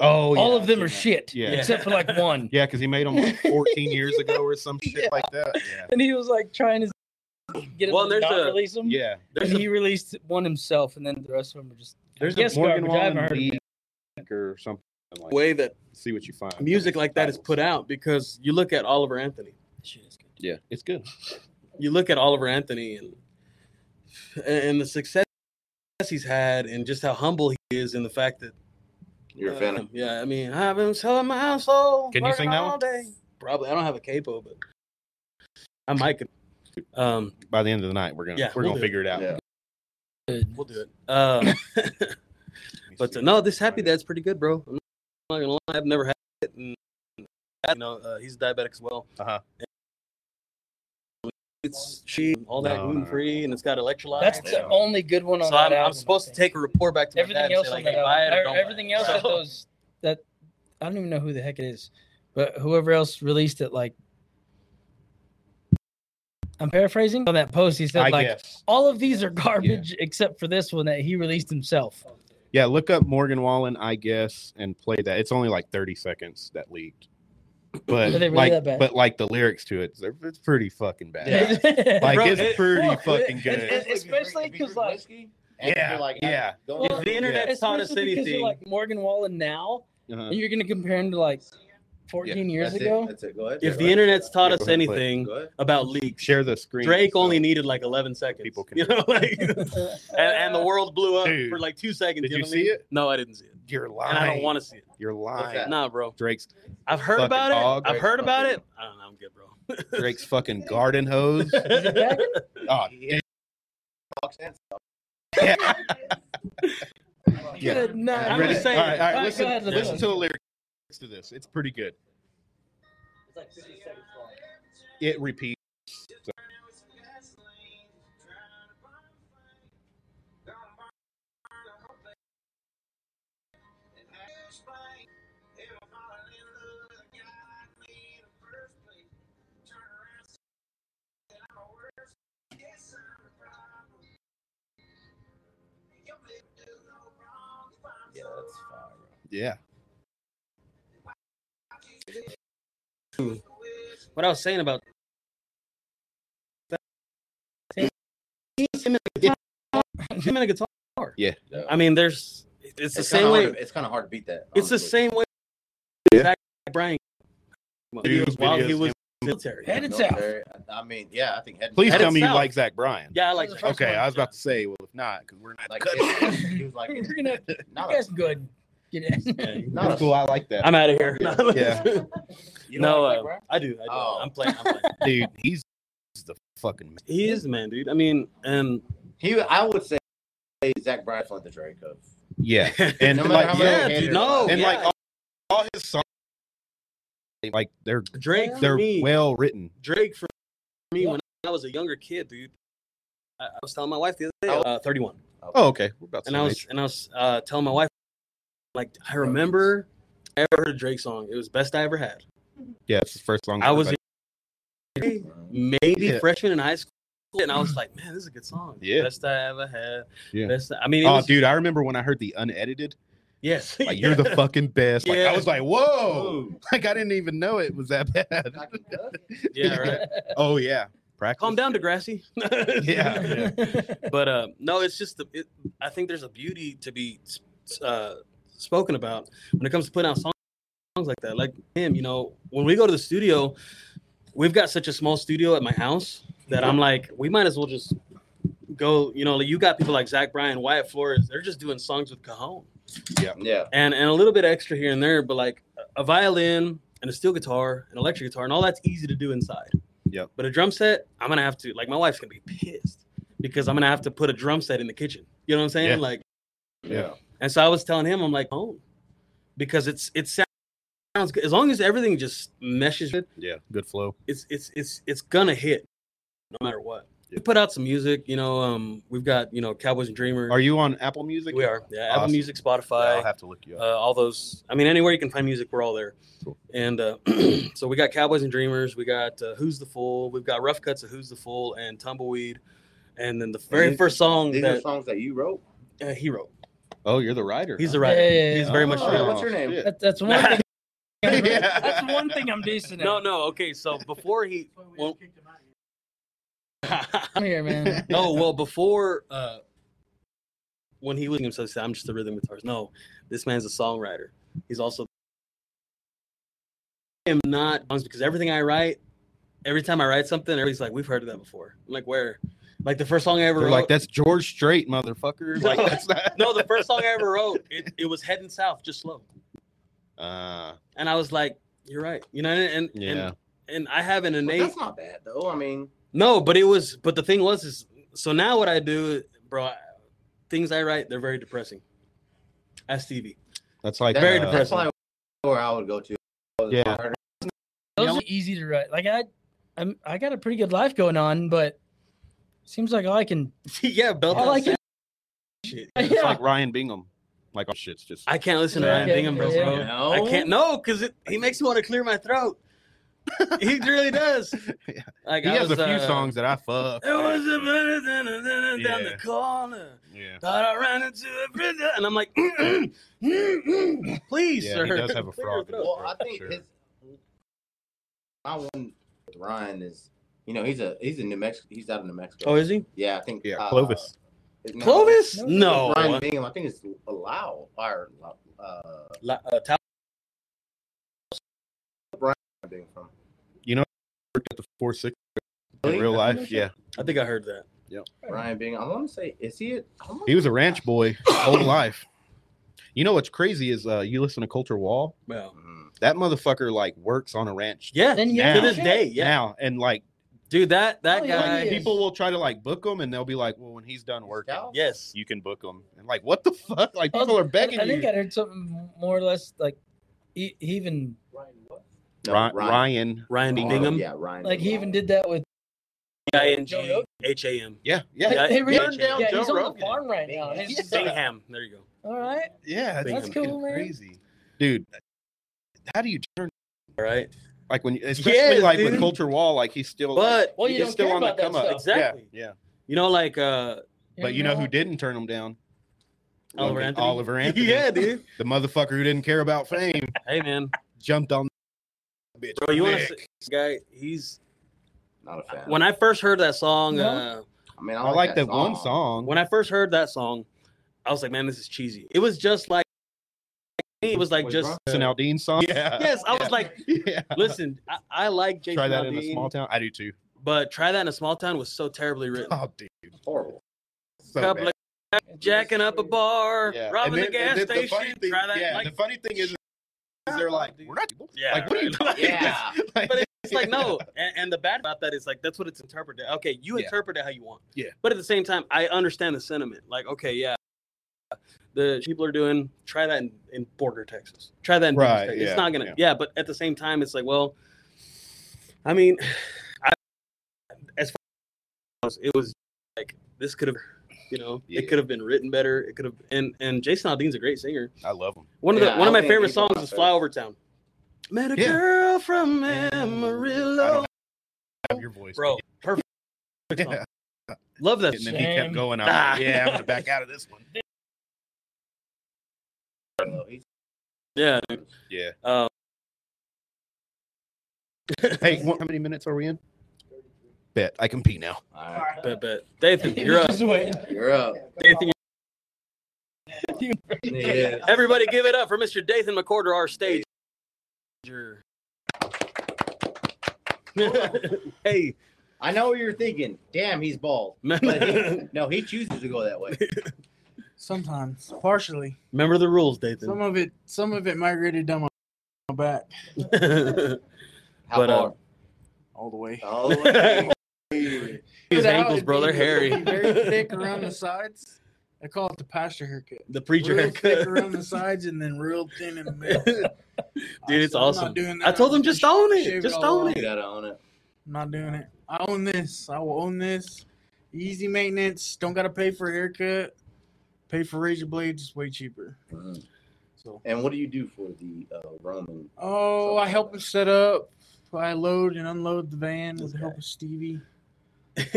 A: oh, yeah,
D: All of
A: I've
D: them
A: seen
D: are
A: that.
D: shit,
A: Yeah.
D: except for like one."
A: Yeah, because he made them like 14 years ago or some shit
D: Yeah.
A: like that. Yeah.
D: And he was like trying to get
E: Well,
D: well,
E: there's
D: there's not
E: a-
D: release them.
A: Yeah,
E: There's
D: and
E: a,
D: he released one himself, and then the rest of them were just.
E: there's
D: Yes,
E: a
A: Morgan
D: garbage. I haven't
A: Wallen
D: heard of
A: leak or something. Like,
E: way that
A: see what you find.
E: music like that is put out because you look at Oliver Anthony.
D: Shit is good.
A: Yeah, it's good.
E: You look at Oliver Anthony and and the success he's had and just how humble he is and the fact that
C: You're
E: uh,
C: a fan of
E: Yeah, I mean, I've been selling my household.
A: Can you
E: working
A: sing that
E: all
A: one?
E: Day. Probably. I don't have a capo, but I might. Could. Um,
A: By the end of the night, we're gonna
E: Yeah,
A: we're
E: we'll
A: gonna
E: do it.
A: figure it out.
C: Yeah.
E: we'll do it. Um, But uh, no, this happy
A: that
E: dad's pretty good, bro. I'm not gonna lie, I've never had it, and you know uh, he's diabetic as well.
A: Uh-huh.
E: It's cheap, all that
A: No, no,
E: gluten free, and it's got electrolytes.
D: That's the
C: Yeah.
D: only good one on
E: so
D: that
E: I'm,
D: album,
E: I'm
D: I
E: supposed to
D: think.
E: take a report back to my dad
D: everything
E: and
D: else
E: say,
D: on
E: like,
D: that
E: hey, buy it or
D: album,
E: don't buy it.
D: everything else that
E: So-
D: those that I don't even know who the heck it is, but whoever else released it, like I'm paraphrasing on that post, he said
A: I
D: like
A: guess.
D: all of these are garbage except for this one that he released himself.
A: Yeah, look up Morgan Wallen. I guess and play that. It's only like 30 seconds that leaked. But
D: Are they really
A: like,
D: that bad?
A: but like the lyrics to it, they're, it's pretty fucking bad.
C: Yeah.
A: Like
E: Bro,
A: it's
E: it-
A: pretty
D: look,
A: fucking
D: it-
A: good.
D: it- especially
C: If you drink
D: 'cause, like-
C: whiskey, and
A: Yeah,
C: you're like,
A: yeah.
C: Going
D: Well,
E: If the internet taught us
D: Especially because you're
E: anything,
D: like Morgan Wallen now,
A: Uh-huh.
D: and you're gonna compare him to like 14 years
C: that's it,
D: ago.
C: That's it. Go ahead.
E: if
C: Go
E: the
C: ahead.
E: internet's taught
A: Yeah,
E: us
A: go ahead and play
E: anything
C: Go ahead.
E: about leaks,
A: Share the screen.
E: Drake
A: so-
E: only needed like 11 seconds.
A: People can-
E: you know, like, and, and the world blew up
A: Dude.
E: for like two seconds.
A: Did
E: you,
A: you
E: know what I mean?
A: see it?
E: No, I didn't see it,
A: You're lying.
E: and I don't want to see it.
A: You're
C: What's that?
A: lying.
E: Nah, bro.
A: Drake's
E: I've heard
A: Fucking
E: about it.
A: dog.
E: I've heard
C: Fucking-
E: about it. I don't know. I'm good, bro.
A: Drake's fucking garden hose.
D: Is it back?
A: Oh, dude.
C: box and
A: Yeah.
D: Good night.
E: I'm
A: Ready?
E: just saying-
A: all right, all right,
D: All right,
A: listen,
D: go ahead,
A: listen
D: Lavelle.
A: to the lyrics to this. It's pretty good.
D: It's like 50 seconds long.
A: It repeats.
C: Yeah, that's fire.
A: Yeah.
E: What I was saying about him and a guitar.
C: Yeah.
E: I mean, there's it's the
C: kinda
E: same way.
C: hard to- it's kind of hard to beat that.
E: It's the
C: honestly.
E: same way.
A: Yeah.
E: Zach Bryan.
A: Videos,
E: while he
A: videos,
E: was
A: him.
E: military.
D: Head and
C: No,
D: south.
C: very- I mean, yeah, I think. Head,
A: Please
E: Headed
A: tell me you
E: south.
A: like Zach Bryan.
E: Yeah, I like that.
A: Okay, I was about to say, well, if not, because we're not.
C: Like,
A: cutting
C: it- he was like,
D: We're gonna-
C: not
D: You guys
C: a,
D: can go ahead and get it.
E: Yeah.
C: not a,
A: cool. I like that,
E: I'm out of here.
A: Yeah.
C: you
E: no,
C: know,
E: uh,
C: like, bro?
E: I do. I do.
C: Oh.
E: I'm playing. I'm playing.
A: dude. He's the fucking man.
E: He is the man, dude. I mean, and
C: he, I would say Zach Bryant's like the Drake of.
A: Yeah, and
C: No matter
A: like,
C: how much
A: yeah,
C: you hate
A: dude,
C: it.
E: no,
A: and
E: yeah.
A: like all, all his songs, they- like they're
E: Drake for
A: they're
E: me.
A: well written.
E: Drake for me when I was a younger kid, dude. I, I was telling my wife the other day, uh, 31,
A: Oh, okay, we're about to.
E: and I was and I was uh, telling my wife, like I remember I ever heard a Drake song. It was best I ever had.
A: yeah, it's the first song.
E: I was maybe
A: Yeah.
E: freshman in high school, and I was like, man, this is a good song.
A: Yeah.
E: best I ever had.
A: Yeah.
E: Best I, I mean, it
A: oh,
E: was,
A: dude, I remember when I heard the unedited.
E: yes,
A: Like you're the fucking best. Like
E: Yeah.
A: I was like, whoa. Like I didn't even know it was that bad.
E: yeah, right.
A: Oh yeah, practice.
E: Calm down, Degrassi.
A: Yeah, yeah.
E: but uh, no, it's just the, it, I think there's a beauty to be uh, spoken about when it comes to putting out songs, songs like that. Like him, you know, when we go to the studio, we've got such a small studio at my house that I'm like, we might as well just go. You know, like you got people like Zach Bryan, Wyatt Flores. They're just doing songs with Cajon
C: Yeah,
E: and and a little bit extra here and there, but like a violin and a steel guitar, an electric guitar, and all that's easy to do inside.
A: Yep.
E: But a drum set, I'm gonna have to like my wife's gonna be pissed because I'm gonna have to put a drum set in the kitchen. You know what I'm saying?
A: Yeah.
E: Like,
A: Yeah.
E: and so I was telling him, I'm like, oh, because it's it sounds good as long as everything just meshes. Good,
A: Yeah, good flow.
E: it's it's it's it's gonna hit no matter what.
A: Yeah.
E: We put out some music, you know. Um, we've got you know Cowboys and Dreamer.
A: Are you on Apple Music?
E: we are yeah, Apple
A: Awesome.
E: Music,
A: Yeah,
E: Spotify
A: I'll have to look you
E: uh,
A: up.
E: all those. I mean, anywhere you can find music, we're all there.
A: Cool.
E: And uh, so we got Cowboys and Dreamers. We got uh, Who's the Fool. We've got rough cuts of Who's the Fool and Tumbleweed. And then the very
C: these-
E: first song
C: these are
E: that
C: songs that you wrote.
E: uh, he wrote.
A: oh, you're the writer.
E: He's the
A: huh?
E: writer.
D: Yeah, yeah, yeah.
E: He's very much.
C: Oh,
E: the writer.
C: what's your name?
A: shit.
D: That- that's one thing.
A: Yeah.
D: That's one thing I'm decent at.
E: No, no. Okay, so before he. Well,
D: I'm here, man.
E: no, Oh, well before uh, when he was himself, he said, "I'm just a rhythm guitarist." No, this man's a songwriter. He's also. I am not because everything I write, every time I write something, everybody's like, "We've heard of that before." I'm like, "Where?" Like the first song I ever
A: They're
E: wrote.
A: like that's George Strait, motherfucker. Like that's not.
E: no, the first song I ever wrote, it, it was "Heading South," just slow,
A: Uh,
E: and I was like, "You're right," you know, and and
A: Yeah.
E: and, and I have an
C: Well,
E: innate.
C: that's not bad though. I mean,
E: No, but it was. But the thing was, is so now what I do, bro. I- Things I write, they're very depressing. Ask Stevie.
A: that's like
C: that-
E: Very
A: uh,
C: That's
E: depressing.
C: probably where I would go to.
A: Yeah.
D: Those are easy to write. Like I, I'm, I got a pretty good life going on, but seems like all I can.
E: yeah, belt
D: All I
E: like
D: can.
E: shit.
A: It's
D: yeah.
A: like Ryan Bingham. Like oh shit's just.
E: I can't listen to
D: Yeah.
E: Ryan Bingham, bro.
D: Yeah.
E: bro.
C: No.
E: I can't. No, because he makes me want to clear my throat. he really does.
A: Yeah.
E: Like
A: he
E: I
A: has
E: was,
A: a few
E: uh,
A: songs that I fuck.
E: It was a minute down the- down the
A: Yeah.
E: corner.
A: Yeah.
E: Thought I ran into a prison, and I'm like, please,
A: Yeah,
E: sir.
A: he does have a
E: Clear
A: frog in
E: your
A: his
E: throat.
C: Well, I think
A: Sure.
C: his my one with Ryan is you know he's a he's in New Mexico. He's out of New Mexico.
E: Oh, is he?
C: yeah, I think
A: Yeah,
C: uh,
A: Clovis.
C: his name-
E: Clovis? No.
C: Ryan Bingham. I think it's allow or uh,
E: La- uh, Tal-
C: Bingham from
A: Worked at the four six
C: Really?
A: in real life. Yeah,
E: I think I heard that.
C: Ryan Bingham. I want to say is he? A, I wanna-
A: he was a ranch boy whole life. You know what's crazy is uh, you listen to Culture Wall.
E: Well,
C: Mm.
A: That motherfucker like works on a ranch
E: yeah.
D: Then you
A: Now.
E: To this day, yeah.
A: now, and like
E: dude. That that
D: Oh, yeah,
E: guy.
D: he is.
A: People will try to like book them, and they'll be like, "Well, when he's done working,
C: Scout?
E: Yes.
A: you can book them." And like, what the fuck? Like people are begging
D: I, I think
A: you.
D: I heard something more or less like he, he even
C: No,
A: Ry-
C: Ryan.
A: Ryan.
E: Ryan
C: Oh,
E: Bingham.
C: Yeah, Ryan.
D: like he
C: Bingham.
D: even did that with.
E: I N G H A M.
A: Yeah, yeah,
E: Yeah,
D: Hey,
E: yeah,
D: hey, Rick,
A: turned down
D: yeah,
A: Joe
D: he's on
A: Rogan.
D: the farm right now. and it's just like,
E: Bingham. There you go.
D: All right,
A: yeah.
E: That's
A: fucking
D: cool, man.
A: Crazy, dude. How do you turn
E: All right.
A: like when, you- especially
E: Yes,
A: like
E: dude.
A: with Culture Wall, like he's still, like,
E: But
D: well, you
A: he's
D: don't
A: still
D: care
A: on the
D: about
A: come
D: that
A: up.
D: stuff.
E: stuff. Exactly.
A: Yeah, yeah.
E: you know, like uh,
A: But you know who didn't turn him down?
E: Oliver
A: Fucking
E: Anthony.
A: Oliver Anthony.
E: yeah, dude.
A: the motherfucker who didn't care about fame
E: Hey, man,
A: jumped on. that Bitch,
E: bro, you want to
A: quick.
E: see this guy? He's
C: Not a fan.
E: when I first heard that song.
D: No.
E: Uh,
C: I mean, I
A: I
C: like,
A: like
C: that
A: the one song.
E: when I first heard that song, I was like, man, this is cheesy. It was just like, it was like
C: Was
E: just.
C: Rock-
A: Jason Aldean song. Yeah.
E: Yes, I was like,
A: yeah.
E: listen, I, I like Jason
A: Try that in a
E: Aldean,
A: small town. I do too.
E: but try that in a small town was so terribly written.
A: Oh, dude.
C: Horrible.
A: So
E: Couple
A: bad.
E: of jacking up a bar,
A: Yeah.
E: robbing
A: And then-
E: the
A: and
E: gas
A: then the
E: station.
A: funny thing-
E: try that.
A: Yeah.
E: like,
A: the funny thing is, is they're like, we're not.
E: yeah,
A: like, what are you
E: right.
A: talking
C: Yeah.
A: about? Like,
E: But it's like no, and, and the bad about that is like that's what it's interpreted. Okay, you
A: Yeah.
E: interpret it how you want.
A: Yeah.
E: But at the same time, I understand the sentiment. Like, okay, yeah, the people are doing. Try that in, in Border, Texas. Try that in Border,
A: Right,
E: Texas.
A: yeah,
E: It's not gonna.
A: yeah.
E: Yeah. but at the same time, it's like, well, I mean, I, as far as it was like this could have, you know,
A: Yeah.
E: it could have been written better. It could have. And and Jason Aldean's a great singer.
A: I love them.
E: One of the
C: Yeah, I
E: one of my
C: don't think
E: favorite
C: people
E: songs
C: out
E: is
C: there-
E: Flyover Town. Met a
A: Yeah.
E: girl from
A: I
E: Amarillo
A: don't have your voice,
E: bro. Perfect. song.
A: Yeah.
E: Love that.
A: And
E: shit.
A: then he kept
D: Shame.
A: going. I'm like,
E: Ah.
A: yeah, I'm gonna back out of this one.
E: Yeah.
A: Yeah.
E: Uh,
A: Hey, wha- how many minutes are we in? Bet I can pee now.
C: All right.
E: but but Nathan, you're up.
D: Just wait.
C: You're up.
E: Dathan,
C: Yeah.
E: everybody, give it up for Mr. Dathan McCorder, our stage. hey,
C: I know what you're thinking. Damn, he's bald. But
E: remember,
C: he- no, he chooses to go that way.
F: Sometimes, partially.
E: remember the rules,
F: Some
E: Dathan.
F: of it, some of it migrated down my my back
C: How
E: But, uh,
C: far? Oh,
F: all the way.
C: All the way.
E: His
F: That
E: ankles,
F: would
E: bro,
F: be-
E: they're hairy.
F: it'd be Very thick around the sides. I call it the pasture haircut.
E: The preacher
F: real thick
E: haircut.
F: around the sides and then real thin in the middle.
E: Dude, it's
F: I'm
E: awesome.
F: Not doing that.
E: I told
F: I'm
E: him just
F: gonna
E: own
F: shave
E: it. Just
F: all
E: own
F: off.
C: You
E: it.
C: gotta own it.
F: I'm not doing it. I own this. I will own this. Easy maintenance. Don't gotta pay for a haircut. Pay for razor blades. It's way cheaper.
C: Mm.
F: So.
C: And what do you do for the uh, Roman?
F: Oh, I help him set up. I load and unload the van with the
E: Okay.
F: help of Stevie.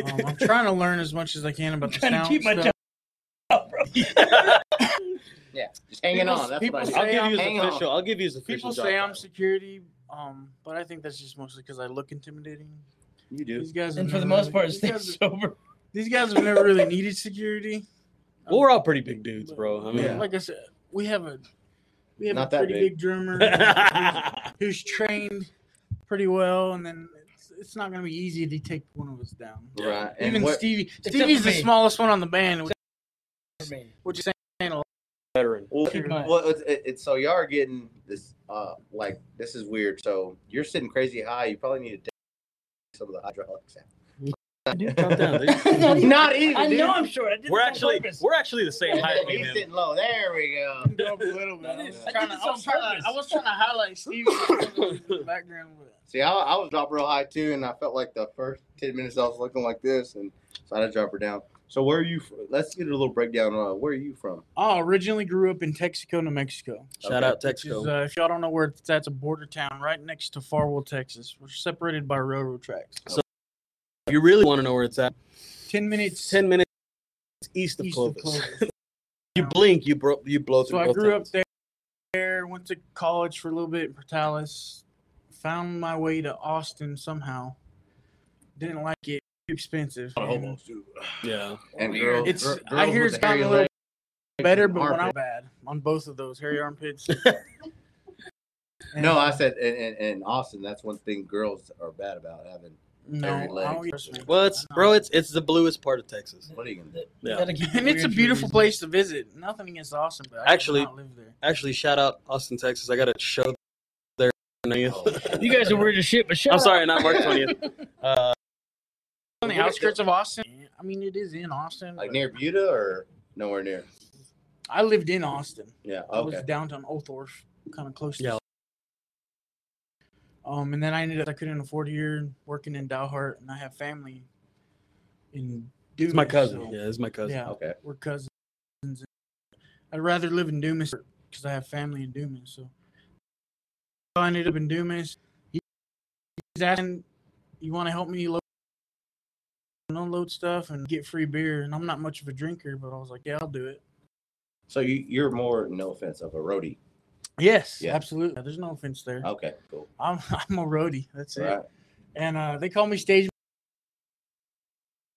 F: Um, I'm trying to learn as much as I can about the
D: Trying to
F: sound
D: keep my
F: stuff.
D: job.
C: Yeah, just hanging
F: People-
C: on. That's
F: people
C: what I do.
E: I'll
F: Say,
E: give you
C: hang
E: his
C: on.
E: official. I'll give you his official.
F: People
E: job
F: say I'm
E: title.
F: security, um, but I think that's just mostly because I look intimidating.
C: You do.
F: These guys, have
D: And for the
F: never
D: most
F: really-
D: part,
F: these
D: stay
F: guys,
D: sober.
F: these guys have never really needed security.
E: Well, we're all pretty big dudes, bro. I mean,
F: Yeah, like I said, we have a we have
C: Not that
F: a pretty
C: big.
F: big drummer who's trained pretty well, and then it's, it's not going to be easy to take one of us down.
C: Right. And
F: Even
C: what-
F: Stevie,
D: up
F: Stevie's
D: to
F: the
D: me.
F: smallest one on the band, which,
D: For me.
F: which is saying a lot.
E: veteran.
C: Well,
D: Keep mine.
C: well it's, it, it's, so y'all are getting this, uh, like, this is weird. So you're sitting crazy high. You probabably need to take some of the hydraulics out.
E: Calm down, dude.
D: Not even-
C: Not even.
D: I
C: dude.
D: know I'm sure. I did
E: We're
D: this on
E: actually
D: purpose.
E: we're actually the same height. me and
C: He's
E: him.
C: sitting low. There we go.
D: I did this
F: Trying to-
D: on
F: I was trying
D: purpose.
F: to- I was trying to highlight Stevie in the background. but-
C: See, I, I was dropped real high too, and I felt like the first ten minutes I was looking like this, and so I had to drop her down. So where are you? From? Let's get a little breakdown. Uh, where are you from?
F: I originally grew up in Texaco, New Mexico.
E: Shout out
F: Which is,
E: Texco.
F: uh, if y'all don't know where it's at, it's a border town right next to Farwell, Texas. We're separated by railroad tracks.
E: If you really want to know where it's at,
F: Ten minutes
E: it's ten minutes east of
F: east of
E: Clovis.
F: Clovis.
E: you blink, you bro- you blow
F: So
E: through.
F: I
E: both
F: grew up
E: towns.
F: there, there, went to college for a little bit in Portales, found my way to Austin somehow. Didn't like it, too expensive. and
E: Yeah,
C: And girls,
F: It's
C: gir-
F: I
C: girls
F: hear
C: with
F: it's
C: the hairy
F: gotten a little
C: legs and
F: better, but when
C: armpits.
F: I'm bad on both of those hairy armpits.
C: no, I said in, in, in Austin, that's one thing girls are bad about having.
F: no,
C: hairy
F: I
C: legs.
F: don't trust me.
E: well, it's
F: I know.
E: bro, it's it's the bluest part of Texas.
C: What are you gonna do?
E: Yeah,
D: Gotta keep it
F: and it's a
D: weird for
F: beautiful
D: reason.
F: place to visit. Nothing against Austin, but I could
E: Actually-
F: not live there.
E: actually, shout out Austin, Texas. I got a show there. on the 20th.
C: Oh,
D: You guys are weird as shit, but shut
E: I'm
D: up.
E: sorry, not March twentieth. Uh,
F: the
C: Look at
F: outskirts of Austin. I mean, it is in Austin.
C: Like
F: but-
C: near Buda or nowhere near?
F: I lived in Austin.
C: Yeah.
F: I was
C: Okay.
F: downtown Othorf, kind of close.
E: Yeah.
F: To- um, and then I ended up I couldn't afford here working in Dalhart, and I have family in. Dumas,
E: It's my cousin.
F: so-
E: Yeah, it's my cousin.
F: Yeah,
C: Okay.
F: we're cousins. I'd rather live in Dumas because I have family in Dumas. So I ended up in Dumas. He- He's asking, "You want to help me load and unload stuff and get free beer?" And I'm not much of a drinker, but I was like, "Yeah, I'll do it."
C: So you, you're more, no offense, of a roadie.
F: Yes,
C: Yeah.
F: absolutely. Uh, There's no offense there.
C: Okay. Cool.
F: I'm I'm a roadie. That's it.
C: Right.
F: And uh, they call me stage.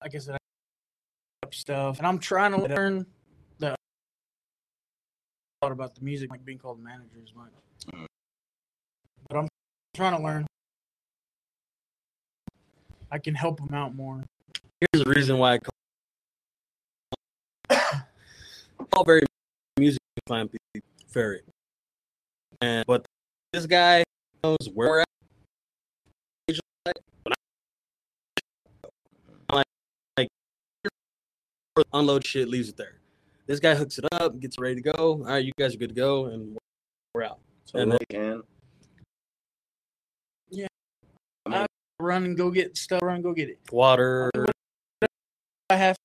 F: Like I said, I up stuff, and I'm trying to learn the thought about the music, like being called manager as much. But I'm trying to learn. I can help them out more.
E: Here's the reason why I call all very music inclined people, very. And but this guy knows where we're at. He's just like, when I- I'm like, like unload shit, leaves it there. This guy hooks it up, gets ready to go. All right, you guys are good to go, and we're out.
C: So
E: And
C: and
E: then-
C: can.
F: Yeah.
C: I mean,
F: Run and go get stuff. Run and go get it.
E: Water,
F: I have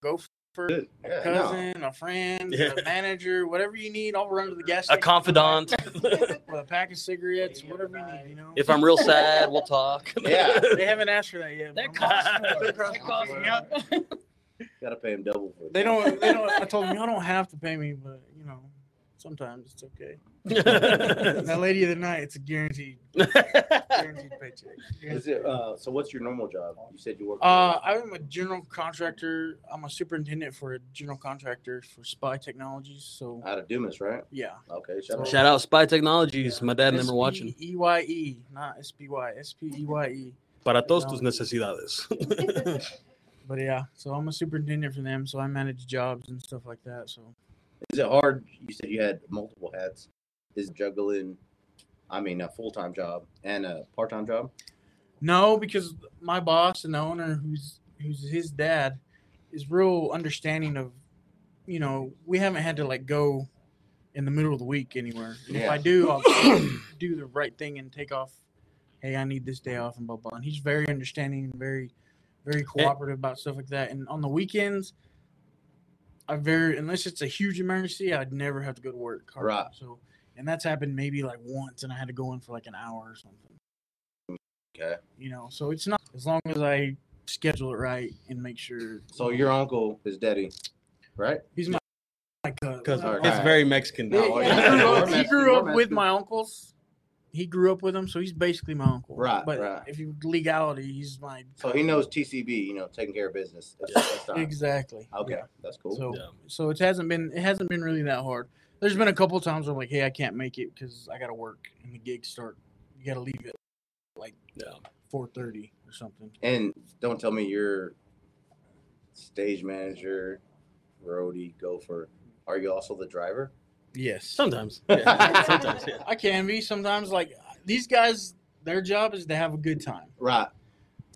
F: go for it.
C: good. Yeah, no.
F: cousin, a friend,
E: Yeah.
F: a manager, whatever you need. I'll run to the
E: a
F: gas station.
E: confidant.
F: with a pack of cigarettes, whatever you need. You know.
E: if I'm real sad, we'll talk.
C: Yeah.
F: they haven't asked for that yet.
D: That
F: but I'm-
D: costs more. That costs more.
C: Gotta pay him double for
F: They don't. They don't. I told them y'all don't have to pay me, but you know, sometimes it's okay. that lady of the night, it's a guaranteed, guaranteed paycheck.
C: Is it, uh, so what's your normal job? You said you work. for-
F: Uh, I'm a general contractor. I'm a superintendent for a general contractor for Spy Technologies. So
C: out of Dumas, right?
F: yeah,
C: Okay. Shout out.
E: Shout out Spy Technologies. My dad remember watching.
F: E Y E, not S P Y, S P E Y E.
E: Para todos tus necesidades.
F: But yeah, so I'm a superintendent for them, so I manage jobs and stuff like that. So
C: Is it hard? You said you had multiple hats. Is juggling, I mean, a full time job and a part time job?
F: no, because my boss and the owner, who's who's his dad, is real understanding of, you know, we haven't had to like go in the middle of the week anywhere. And If
C: Yeah.
F: I do, I'll do the right thing and take off. Hey, I need this day off and blah blah. And he's very understanding and very,
C: Eh.
F: very cooperative about stuff like that. And on the weekends, I very unless it's a huge emergency, I'd never have to go to work.
C: Right.
F: So, and that's happened maybe like once, and I had to go in for like an hour or something.
C: Okay.
F: You know, so it's not as long as I schedule it right and make sure.
C: So your uncle is daddy, right?
F: he's my uh, my cousin.
E: Because
C: Alright.
E: it's very Mexican.
F: Yeah,
C: No,
F: yeah,
C: yeah. We're
F: he grew up, he
C: Mexican,
F: grew up
C: we're
F: with
C: Mexican.
F: my uncles. He grew up with them, so he's basically my uncle.
C: Right,
F: But
C: right.
F: if you legality, he's my
C: So he knows TCB, you know, taking care of business. That's, that's not-
F: exactly.
C: Okay,
F: Yeah.
C: that's cool.
F: So
E: Yeah.
F: so it hasn't been it hasn't been really that hard. There's been a couple times where I'm like, hey, I can't make it because I gotta work and the gigs start. You gotta leave at like
E: Yeah.
F: four thirty or something.
C: and don't tell me you're stage manager, roadie, gopher. Are you also the driver?
F: Yes.
E: Sometimes. Yeah. Sometimes. Yeah.
F: I can be sometimes. Like these guys, their job is to have a good time.
C: Right,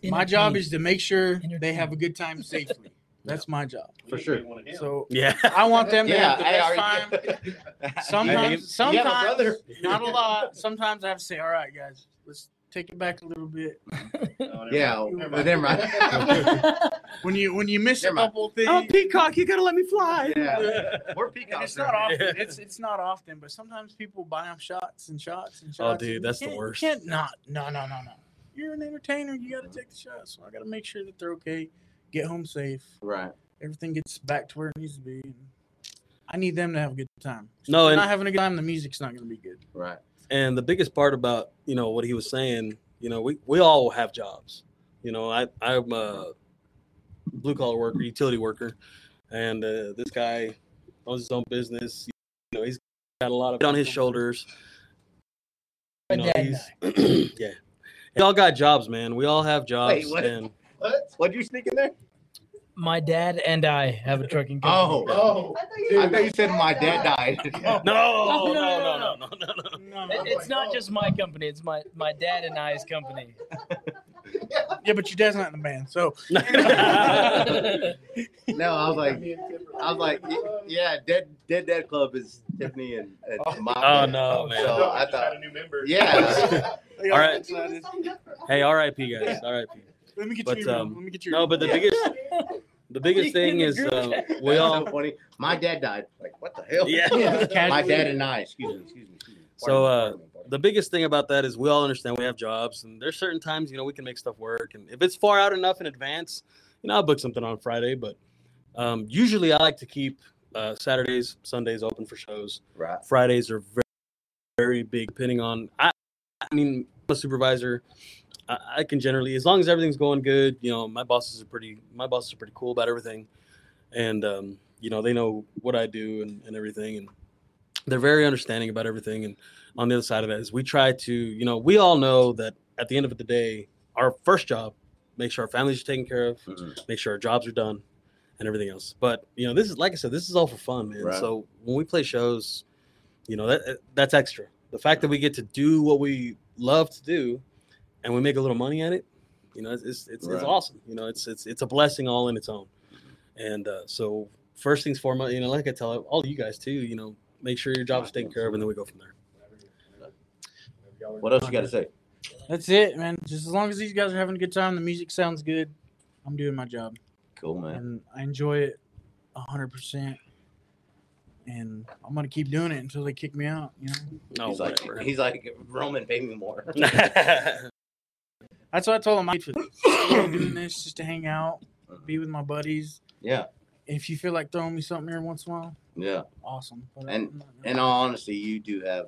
F: My job is to make sure they have a
D: Entertain.
F: good time safely. That's my job.
C: for sure.
F: So
E: Yeah.
F: I want them to
C: Yeah,
F: have the
C: I
F: best time.
C: already.
E: Hey,
F: Sometimes,
C: you have a
F: sometimes,
C: brother.
F: not a lot. Sometimes I have to say, "All right, guys, let's take it back a little bit."
C: yeah,
F: mind.
C: never mind.
F: When you when you miss a
C: Never mind.
F: couple things,
E: Peacock, you gotta let me fly.
C: Yeah. We're
F: and
C: peacocks.
F: it's not
E: off.
F: often. It's it's not often, but sometimes people buy them shots and shots and
E: Oh,
F: shots.
E: dude,
F: and you
E: that's the
F: can't-
E: worst.
F: You can't not. No, no, no, no. You're an entertainer. You got to take the shots. So I got to make sure that they're okay. Get home safe.
C: Right.
F: Everything gets back to where it needs to be. And I need them to have a good time.
E: No,
F: if
E: and
F: they're not having a good time, the music's not going to be good.
C: Right.
E: and the biggest part about you know what he was saying you know we, we all have jobs you know i i'm a blue collar worker utility worker and uh, this guy owns his own business you know he's got a lot of on his shoulders
D: My dad
E: he's- yeah we all got jobs man we all have jobs
C: Wait, what?
E: and
C: What? What'd you sneak in there?
D: My dad and I have a trucking
C: Oh,
D: company.
C: oh. I thought you said my dad
E: no
C: died.
E: no no
D: no,
E: no
D: no,
E: no no, no, no.
F: No,
D: It- It's not just my company. It's my my dad and I's company.
F: Yeah, but your dad's not in the band, so
C: No, I was like, I was like, y- yeah, Dead Dead Dad Club is Tiffany and, and my.
E: oh no, man.
C: So I thought,
G: a new member.
C: yeah,
E: All right. Hey, R.I.P. guys. R.I.p.
F: let me get
E: But,
F: you. your-
E: um,
F: let me get you.
E: No, but the biggest, the biggest thing is um, we all.
C: so funny. My dad died. Like, what the hell?
E: Yeah.
C: my dad and I. Excuse me. Excuse me. Excuse me.
E: So, uh,
C: Pardon me, pardon me,
E: The biggest thing about that is we all understand we have jobs, and there's certain times you know we can make stuff work, and if it's far out enough in advance, you know I'll book something on Friday. But um, usually I like to keep uh, Saturdays, Sundays open for shows.
C: pardon me. right.
E: Fridays are very, very big, depending on. I, I mean, I'm a supervisor. I, I can generally, as long as everything's going good, you know, my bosses are pretty. My bosses are pretty cool about everything, and um, you know, they know what I do and, and everything, and they're very understanding about everything. And on the other side of that is we try to, you know, we all know that at the end of the day, our first job, make sure our families are taken care of,
C: Mhm.
E: make sure our jobs are done, and everything else. But you know, this is like I said, this is all for fun, man.
C: Right.
E: So when we play shows, you know that that's extra the fact that we get to do what we love to do and we make a little money at it you know it's it's, it's,
C: Right.
E: it's awesome you know it's it's it's a blessing all in its own
C: Mm-hmm.
E: and uh, so first things foremost you know like i tell all you guys too you know make sure your job's taken care of and then we go from there
C: What else you got to say?
F: That's it, man. Just as long as these guys are having a good time, the music sounds good. I'm doing my job,
C: Cool, man.
F: and I enjoy it hundred percent. And I'm gonna keep doing it until they kick me out. You know,
E: no
C: he's like,
E: whatever.
C: he's like Roman, pay me more.
F: that's what I told them. I for doing this just to hang out, be with my buddies.
C: yeah,
F: If you feel like throwing me something every once in a while,
C: yeah.
F: awesome. But I'm not-
C: In all honesty, you do have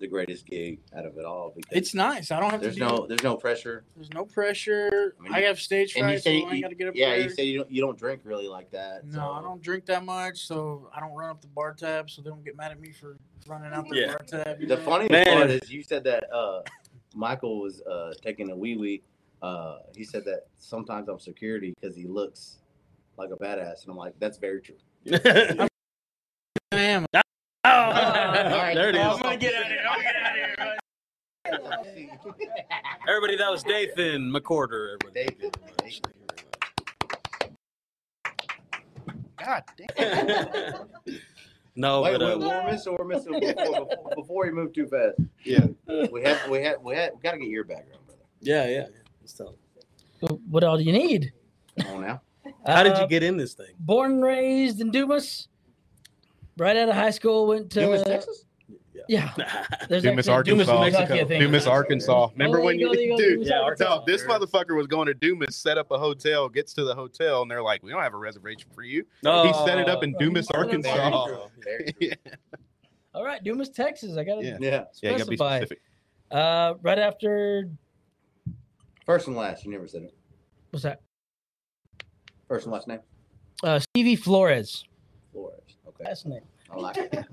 C: the greatest gig out of it all. Because
F: it's nice. I don't have
C: there's
F: to. do
C: no there's no pressure.
F: There's no pressure.
C: I
F: I,
C: mean,
F: have stage
C: and you
F: fright, so
C: said
F: I
C: you-
F: ain't got to get up
C: Yeah,
F: there.
C: you say you don't you don't drink really like that.
F: no,
C: so-
F: I don't drink that much, so I don't run up the bar tab, so they don't get mad at me for running out the
E: Yeah.
F: bar tab. you
C: The
F: know?
C: funniest
E: Man.
C: part is you said that uh, Michael was uh, taking a wee wee. Uh, he said that sometimes I'm security because he looks like a badass, and I'm like, that's very true.
F: I am.
E: Oh,
C: right.
E: there it is
C: gonna
F: get out of here. I'm gonna get out of here.
E: everybody that was dathan mccorder everybody.
C: David,
F: God damn.
E: no
C: wait,
E: but uh,
C: wait, we're missing, we're missing before, before, before he moved too fast.
A: Yeah.
C: we have, we have, we have, we gotta get your background, brother.
E: yeah yeah Let's tell 'em.
D: What all do you need?
C: Come on now.
E: how did
D: Uh,
E: you get in this thing
D: Born and raised in Dumas. Right out of high school, went to
C: Dumas, Texas.
D: Yeah, there's
A: Dumas,
D: actually a
A: Arkansas.
D: Kentucky, I think.
A: Dumas, Arkansas. Remember
D: Oh,
A: when you,
D: there you go, there you go,
A: dude?
D: Dumas, Arkansas.
A: No, this motherfucker was going to Dumas, set up a hotel, gets to the hotel, and they're like, "We don't have a reservation for you." he set it up in
D: Oh,
A: Dumas,
D: he set it up in
C: Very
A: Arkansas.
C: true, very true.
A: yeah,
D: All right, Dumas, Texas. I got it.
A: Yeah.
C: Yeah.
A: you gotta be
D: Specify.
A: specific.
D: Uh, right after
C: First and last. You never said it.
D: what's that?
C: First and last name.
D: Uh, Stevie Flores.
C: Flores. Okay.
D: Last name.
C: I like it.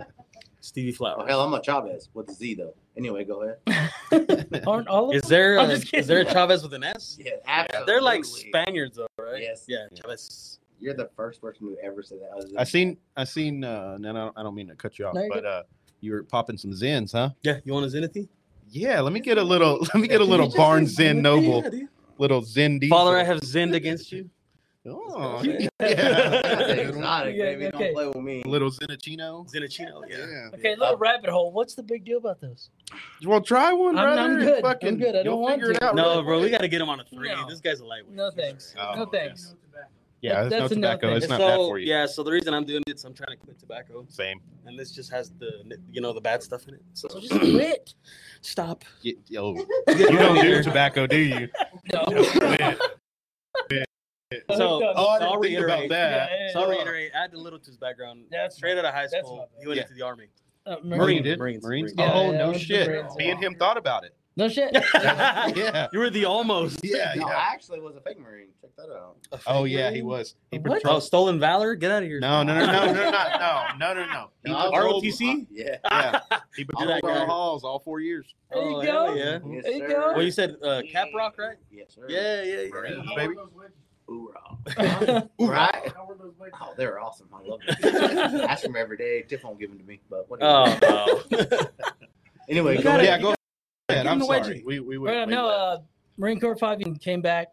E: Stevie
C: Oh
E: Flowers.
C: hell, I'm a Chavez with a Z though. Anyway, go ahead.
D: Aren't all of
E: Is there
D: I'm
E: a,
D: just kidding.
E: is there a Chavez with an S?
C: Yeah, absolutely.
E: They're like Spaniards though, right?
C: Yes.
E: Yeah, Chavez.
C: You're the first person who ever said that. other than-
A: I seen, I seen. Uh, no, no, I don't mean to cut you off,
D: No, you're
A: but uh, you were popping some zins, huh?
E: Yeah, you want a Zenithy?
A: Yeah. Let me get a little. Let me get a
D: Did you
A: little
D: just
A: Barnes
D: say
A: Zen
D: Zenithy?
A: Noble,
E: Yeah, dude.
A: little Zen Diesel.
E: Father, I have zinned against you.
A: Oh,
E: Yeah.
A: yeah.
C: exotic,
D: Yeah,
C: baby.
D: okay.
C: Don't play with me.
A: little Zinachino.
E: Zenachino, yeah.
D: Okay, little rabbit hole. What's the big deal about those?
A: Well, try one,
D: I'm-
A: brother.
D: I'm
A: and
D: good. I'm
A: Fucking,
D: good. I don't
A: you'll
D: want
A: figure it
D: to.
A: out
E: No,
A: real
E: bro, we
A: quick.
E: got to get him on a three.
D: No.
E: This guy's a lightweight.
D: No thanks.
A: Oh,
D: no thanks.
A: Yeah,
D: that-
A: there's no
D: that's a no
A: tobacco.
D: thing.
A: It's
E: And
A: not
E: so,
A: bad for you.
E: Yeah, so the reason I'm doing it is I'm trying to quit tobacco,
A: Same.
E: and this just has the you know the bad stuff in it. So
D: So just quit.
E: stop.
A: Y- yo, you don't do tobacco, do you?
D: No.
E: So-
A: Oh, I
E: I'll
A: didn't think about
E: reiterate.
A: that.
E: So I'll reiterate. Add a little to his background.
D: That's
E: straight out of high
D: that's
E: school.
D: not bad.
E: He went
A: Yeah.
E: into the army.
D: Uh,
A: Marine,
D: Marine.
A: did
E: Marines,
A: Marines.
E: Marines.
A: Oh
D: Yeah,
A: no
D: yeah,
A: shit!
D: Marines.
A: Me and him thought about it.
D: No shit.
A: Yeah,
E: You were the almost.
A: yeah,
C: No,
A: yeah.
C: I actually was a fake Marine. Check that out.
A: Oh yeah, he was. He
D: What?
E: Oh,
A: patrolled.
E: stolen valor? Get out of here.
A: No, no, no, no, no, not- no, no, no, no. He
C: No, I was
A: patrolled-
E: ROTC?
C: Yeah.
A: Yeah, he
C: I'll
A: patrolled
C: do that
A: the
C: guy.
A: halls all four years.
D: There you
E: Oh,
D: go.
E: hell yeah.
C: Yes,
D: There you
C: sir.
D: go.
E: Well, you said uh, Cap Rock, right?
C: Yes, sir.
E: Yeah, yeah, yeah.
A: Marines, baby.
C: Hoorah.
D: All
C: Right? Oh, they're awesome. I love them. Ask them every day. Tiff won't give them to me, but whatever.
E: Oh, no.
C: anyway,
E: You
C: go
E: gotta-
C: ahead.
A: Yeah, go ahead.
E: him
A: I'm
E: the
A: sorry.
E: wedgie.
A: We we went.
D: right,
A: way
D: no,
A: left.
D: uh, Marine Corps five and came back.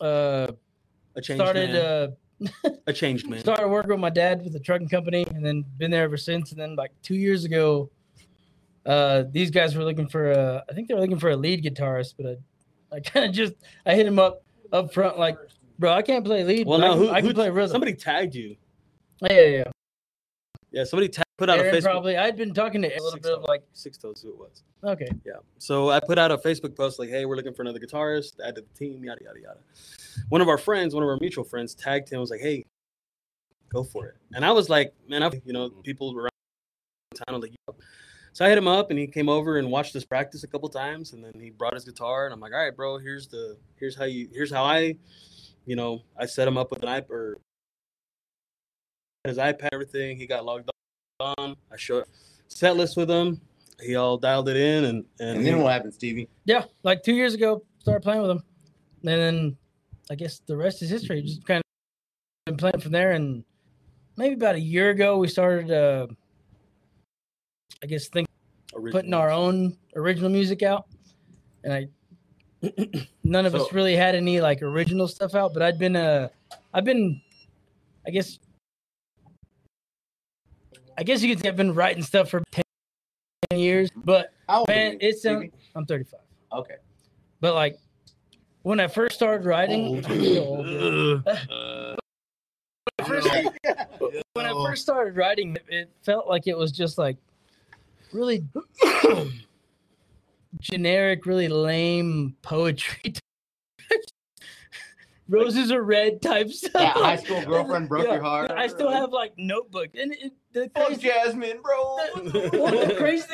D: Uh,
E: A changed
D: started
E: man.
D: uh,
E: a changed man.
D: started working with my dad with a trucking company, and then been there ever since. And then like two years ago, uh, these guys were looking for a, I think they were looking for a lead guitarist, but I, I kind of just I hit him up up front like, bro, I can't play lead.
E: well,
D: but I
E: no,
D: can,
E: who,
D: I can
E: who-
D: play rhythm.
E: Somebody tagged you.
D: yeah, yeah, yeah.
E: Yeah, somebody ta- put out a
D: Aaron
E: Facebook.
D: probably. I'd been talking to Aaron a little
E: Six
D: bit of like,
E: Six toes, who it was.
D: okay,
E: Yeah. So I put out a Facebook post like, "Hey, we're looking for another guitarist. Add to the team. Yada yada yada." One of our friends, one of our mutual friends, tagged him. Was like, "Hey, go for it." And I was like, "Man, I you know people around town are like." "Yo." So I hit him up, and he came over and watched us practice a couple times, and then he brought his guitar, and I'm like, "All right, bro. Here's the here's how you here's how I, you know, I set him up with an iPad or his iPad, everything. He got logged on. I showed set list with him. He all dialed it in, and and,
C: And then what happened, Stevie?
D: yeah, like two years ago, started playing with him, and then I guess the rest is history. Just kind of been playing from there, and maybe about a year ago we started. Uh, I guess think putting our own original music out, and I none of us
C: So-
D: really had any like original stuff out. But I'd been uh, I've been, I guess, I guess you could say I've been writing stuff for ten years. But
C: How old are
D: man,
C: you,
D: it's um,
C: Stevie?
D: I'm 35.
C: okay.
D: But like when I first started writing,
C: Oh,
D: When I first- when
C: Oh.
D: I first started writing, it- it felt like it was just like really generic, really lame poetry. Roses are red type stuff.
C: Yeah, high school girlfriend broke
D: Yeah,
C: your heart.
D: I still have like notebook and it, the
C: Fuck
D: crazy,
C: Jasmine, bro.
D: well, the crazy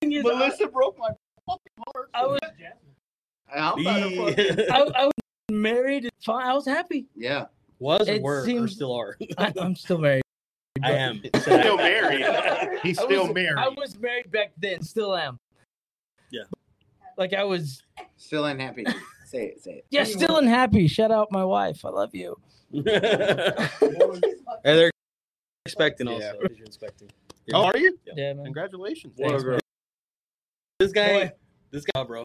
D: thing is I,
C: Melissa broke my fucking heart.
D: I was
C: And I'm trying to fuck-
D: I, I was married. and fi- I was happy.
C: Yeah.
E: was or
D: It
E: were or
D: seems-
E: still are.
D: I, I'm still married.
E: I am.
B: Still married.
G: He's
D: I
G: still
D: was-
G: married.
D: I was married back then, still am.
E: Yeah.
D: Like I was,
C: Still unhappy. say it, say it.
D: yeah, still unhappy. Shout out my wife. I love you.
E: and they're expecting
A: Yeah.
E: also. 'cause You're expecting.
A: Oh, are you?
D: Yeah, man.
A: Congratulations.
E: What a girl. This guy, this guy, bro.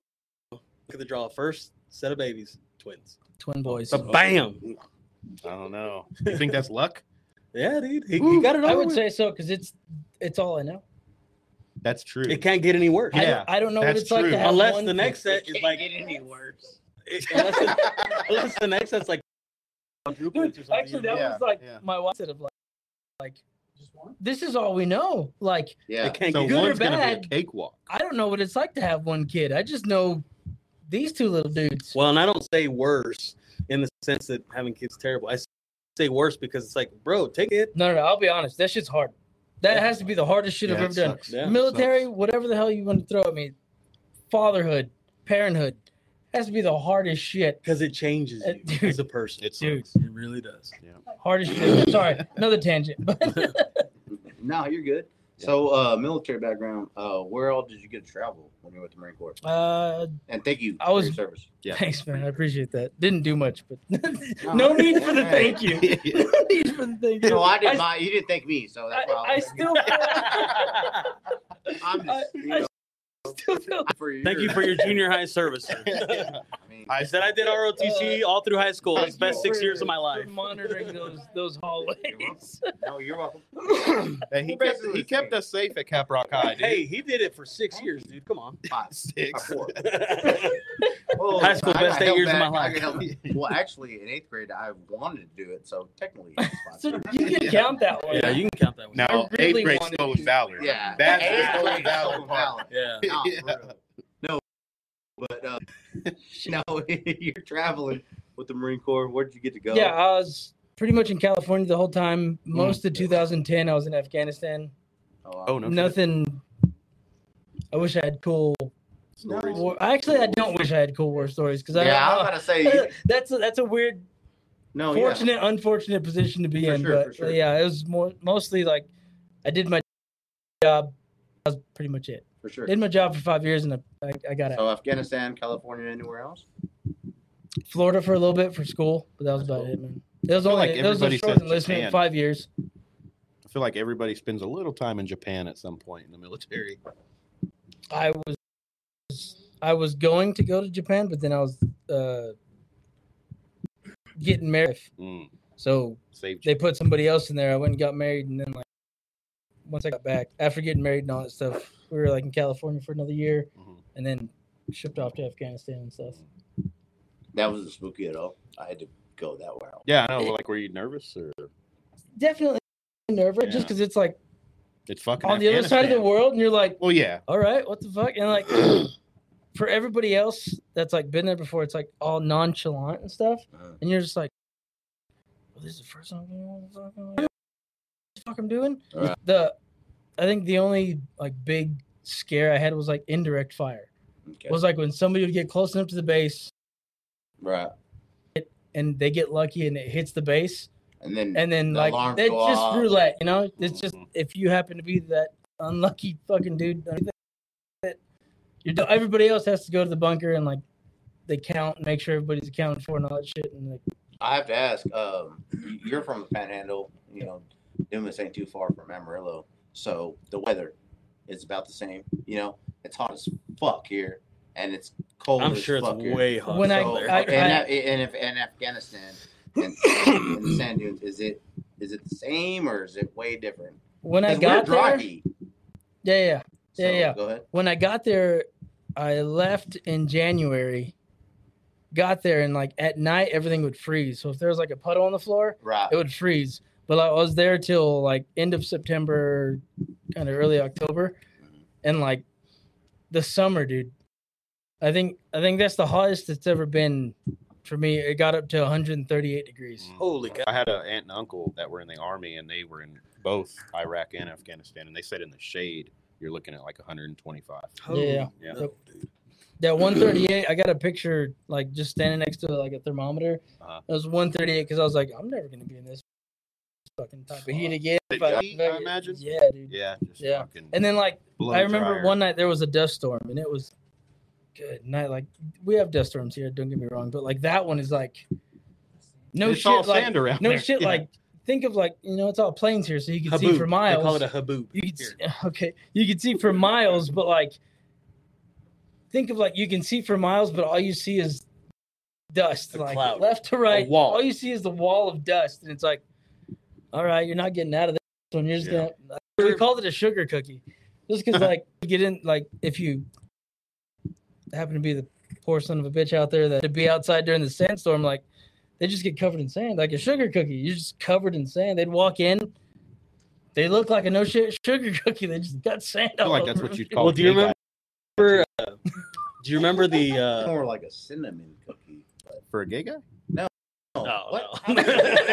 E: Look at the draw. First set of babies, twins.
D: Twin boys.
E: So bam.
A: I don't know. You think that's luck?
E: Yeah, dude. He, he got it
D: I
E: over.
D: would
E: with.
D: say so because it's it's all I know.
A: That's true.
E: it can't get any worse.
D: I,
A: Yeah,
D: don't, I don't know what
A: that's
D: it's like
A: true.
D: to have
E: Unless
D: one
E: the next set is like,
C: any worse.
E: it- unless, the, unless the next set's like,
D: Dude, actually, that
A: Yeah,
D: was like
A: yeah.
D: my wife said of like, like this is all we know. Like
E: it
C: Yeah.
E: can't
A: so
E: get
D: good or
A: one's gonna be a
D: bad.
A: cakewalk.
D: I don't know what it's like to have one kid. I just know these two little dudes.
E: Well, and I don't say worse in the sense that having kids is terrible. I say worse because it's like, bro, take it.
D: No, no, no, I'll be honest. That shit's hard. That has to be the hardest shit I've
A: Yeah,
D: ever
A: it
D: done.
A: sucks.
E: Yeah.
D: military, whatever the hell you want to throw at me, fatherhood, parenthood, has to be the hardest shit.
E: Because it changes
D: Uh,
E: you
D: dude.
E: as a person.
A: It
E: Dude,
A: sucks.
E: It really does.
D: Hardest shit. Sorry, another tangent. But
C: No, you're good.
A: Yeah.
C: So, uh, military background. Uh, where all did you get to travel when you were with the Marine Corps?
D: uh,
C: And thank you
D: I
C: for
D: was-
C: your service.
A: Yeah.
D: thanks, man. I appreciate that. Didn't do much, but no need for the thank you. No need for the thank you.
C: No, I didn't.
D: I,
C: mind. You didn't thank me, so that's why
D: I, I
C: I,
D: still,
C: am just,
D: I-
C: you
D: I
C: know,
D: still feel
C: for your,
E: Thank you for your junior high service. sir.
C: I mean,
E: I said I did ROTC all through high school. It's the best six
D: Uh, for-
E: years of my life.
D: for monitoring those those hallways.
C: no, you're welcome.
A: Hey, he
C: We're
A: kept,
C: basically
A: he
C: the
A: kept
C: same.
A: us safe at Cap Rock High, dude.
E: Hey, he did it for six years, dude. Come on.
C: Five,
A: Six.
C: four.
E: That's
D: Oh,
C: Well,
E: High school,
C: I
E: best
C: got
E: eight
C: held
E: years of
C: back.
E: my
C: I
E: life.
C: got held back. well, actually, in eighth grade, I wanted to do it, so technically, it's fine.
D: So you can count that one.
E: Yeah, you can count that one.
D: I
G: Now,
D: really
G: eighth grade
D: wanted
G: stolen
D: to.
G: valor.
C: yeah,
G: That's
C: eighth
G: the
C: grade,
G: valid
C: so
G: part.
C: valid.
E: Yeah.
C: Nah,
A: Yeah.
C: for real. No, but uh, no, you're traveling with the Marine Corps. Where did you get to go? Mm.
D: Yeah, I was pretty much in California the whole time. Most of 2010, I was in Afghanistan.
C: Oh, wow.
A: Oh no. shit.
D: Nothing. I wish I had cool. War. Actually, I don't wish I had cool war stories because I.
C: yeah, I was
D: Yeah,
C: about to say. you-
D: that's a, that's a weird,
C: No, yeah.
D: fortunate, unfortunate position to be
C: For
D: in.
C: sure, for
D: but
C: sure.
D: yeah, it was more mostly like I did my job. That was pretty much it.
C: for sure.
D: Did my job for five years and I, I, I got out.
C: So Afghanistan, California, anywhere else?
D: Florida for a little bit for school, but that was about it, man. It was
A: I feel
D: only
A: like
D: it was a
A: everybody
D: short
A: says
D: enlistment,
A: Japan.
D: five years.
A: I feel like everybody spends a little time in Japan at some point in the military.
D: I was I was going to go to Japan, but then I was uh, getting married.
A: Mm,
D: So
A: saved you.
D: they put somebody else in there. I went and got married, and then like once I got back after getting married and all that stuff, we were like in California for another year,
A: Mhm.
D: and then shipped off to Afghanistan and stuff.
C: That wasn't spooky at all. I had to go that route.
A: Yeah, I know. but, Like, were you nervous or
D: Definitely nerve wracking
A: Yeah.
D: just because it's like
A: it's fucking
D: on the other side of the
A: Afghanistan.
D: world, and you're like,
A: Well, yeah,
D: all right, what the fuck? And like for everybody else that's like been there before, it's like all nonchalant and stuff,
C: Uh,
D: and you're just like, well, this is the first time I'm doing what the fuck I'm- what the fuck I'm doing.
C: Right.
D: The I think the only like big scare I had was like indirect fire.
C: okay.
D: was like when somebody would get close enough to the base
C: right.
D: and they get lucky and it hits the base
C: And then
D: and then
C: The
D: like
C: alarms
D: that's
C: go
D: just
C: off. Mm-hmm.
D: roulette you know it's just
A: Mhm.
D: if you happen to be that unlucky fucking dude that you do everybody else has to go to the bunker and like they count and make sure everybody's accounted for and all that shit and like
C: I have to ask. Um, y- you're from the Panhandle, you know. Dumas ain't too far from Amarillo, so the weather is about the same. You know, it's hot as fuck here, and it's cold.
E: I'm
C: as
E: sure it's
C: fuck here.
E: way hot.
D: When I-
E: out
C: So,
E: there.
D: I-
C: and, Af- and if and Afghanistan and, and the sand dunes, is it is it the same or is it way different?
D: when i
C: 'Cause we're
D: got
C: dry
D: there
C: heat.
D: yeah yeah
C: So,
D: Yeah, yeah.
C: Go ahead.
D: when i got there i left in january got there and like at night everything would freeze so if there was like a puddle on the floor
C: Right.
D: it would freeze. But I was there till like end of September, kind of early October, and like the summer, dude. I think I think that's the hottest it's ever been for me. It got up to 138 degrees.
A: Mm.
E: Holy cow.
A: I had an aunt and uncle that were in the army, and they were in both Iraq and Afghanistan, and they said in the shade, you're looking at like 125.
D: Yeah.
A: Yeah.
E: no, dude.
D: That 138, I got a picture like just standing next to like a thermometer.
A: Uh-huh.
D: It was 138 because I was like, I'm never gonna be in this fucking type of heat again.
A: Did
D: if I-
A: you, I imagine?
D: Yeah, dude.
A: Yeah, just
D: Yeah.
A: fucking.
D: And then like
A: blow
D: I remember
A: dryer.
D: one night there was a dust storm and it was good night. Like we have dust storms here, don't get me wrong, but like that one is like no
A: it's all
D: shit like
A: sand around
D: no
A: there.
D: shit
A: Yeah.
D: like think of like you know it's all plains here, so you can see
E: Haboob.
D: for
E: They call it
D: miles.
E: a haboob.
D: you can
E: Here.
D: see, okay, you can see for miles, but like think of like you can see for miles, but all you see is dust,
E: A
D: like
E: cloud.
D: left to right.
E: wall.
D: All you see is the wall of dust, and it's like, all right, you're not getting out of this one. You're just
A: Yeah.
D: gonna. We called it a sugar cookie, just because like you get in like if you happen to be the poor son of a bitch out there that to be outside during the sandstorm, like they just get covered in sand, like a sugar cookie. You're just covered in sand. They'd walk in. They look like a no shit sugar cookie. They just got sand.
A: I feel
D: all
A: like that's
D: over
A: what you'd
D: them.
A: call.
E: Well, do you
A: gay guy
E: remember? remember, uh, do you remember the? Uh,
C: More like a cinnamon cookie. But
A: for a gay guy?
C: no,
E: No,
C: what?
E: Oh, no.
A: No.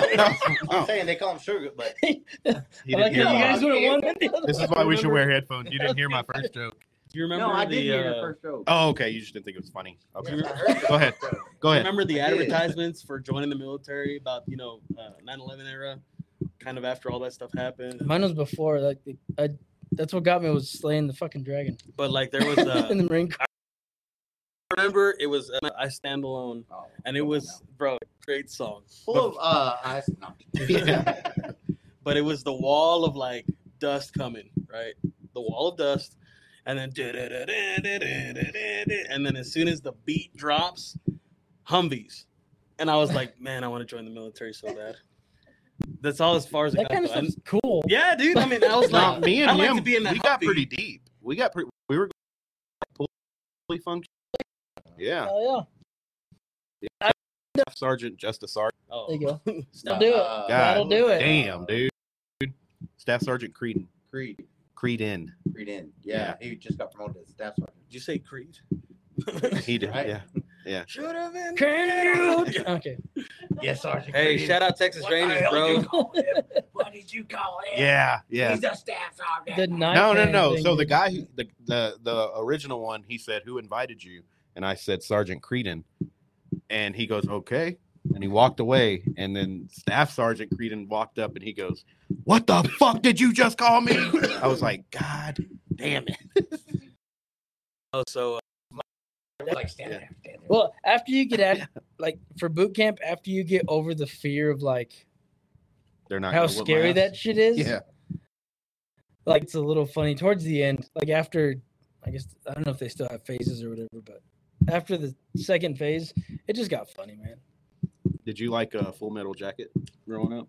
C: I'm saying they call them sugar, but
A: He
D: I like
A: didn't
D: how you
A: hear
D: guys
A: mine.
D: would have won that the other
A: This
D: one.
A: is why we should wear headphones. You didn't hear my first joke.
E: do you remember
C: no, I
E: the?
C: did hear
E: uh,
C: your first joke.
A: Oh, okay. You just didn't think it was funny. Okay.
C: Yes, I heard your
A: Go ahead.
C: first joke.
A: Go ahead.
E: remember the
C: Oh, I did.
E: advertisements for joining the military about you know uh, 9/11 era, kind of after all that stuff happened.
D: Mine was before. Like the- I, that's what got me was slaying the fucking dragon
E: But like there was, uh,
D: in the Marine Corps.
E: I remember it was uh, I stand alone,
C: Oh,
E: and it
C: come on
E: was bro great song.
C: now. full of uh, I, no.
A: Yeah.
E: But it was the wall of like dust coming right, the wall of dust, and then and then as soon as the beat drops, Humvees, and I was like, man, I want to join the military so bad. That's all as far as it
D: That
E: got.
D: kind of
E: though. "Oh, I-
D: stuff's cool.
E: yeah, dude. I mean, I was
A: Nah,
E: like,
A: me and
E: I'd like
A: him,
E: to be in that
A: we got
E: Humvee.
A: pretty deep. We got pretty. We were fully functional. Yeah,
D: Oh
A: Sergeant, Justice Sergeant.
E: Oh,
D: There you go.
E: stop.
D: do it.
C: Uh,
A: That'll
D: do it.
A: Damn, dude. Staff Sergeant Creedon.
C: Creed,
A: Creedon.
C: Creed in. Yeah, he just got promoted to staff sergeant.
E: Did you say Creed?
A: He did.
C: Right?
A: Yeah.
E: Should have been.
D: yeah. okay.
C: Yes, sergeant.
E: Hey,
C: Creed.
E: shout out Texas
C: What the
E: Rangers,
C: hell
E: bro.
C: you call him? What did you call him?
A: Yeah. Yeah.
C: He's a staff sergeant.
D: The night.
A: No, no,
D: man
A: no.
D: thing,
A: So the
D: dude.
A: guy, who, the the the original one, he said, "Who invited you?" And I said, "Sergeant Creedon." And he goes, "Okay." And he walked away. And then Staff Sergeant Creedon walked up, and he goes, "What the fuck did you just call me?" I was like, "God damn it!"
E: Oh, so uh,
C: like stand
A: Yeah.
C: there, stand there.
D: Well, after you get at like for boot camp, after you get over the fear of like
A: They're not
D: how
A: gonna whoop my
D: scary
A: ass.
D: that shit is,
A: Yeah,
D: like it's a little funny towards the end. Like after I guess I don't know if they still have phases or whatever, but after the second phase, it just got funny, man.
A: Did you like a Full Metal Jacket growing up?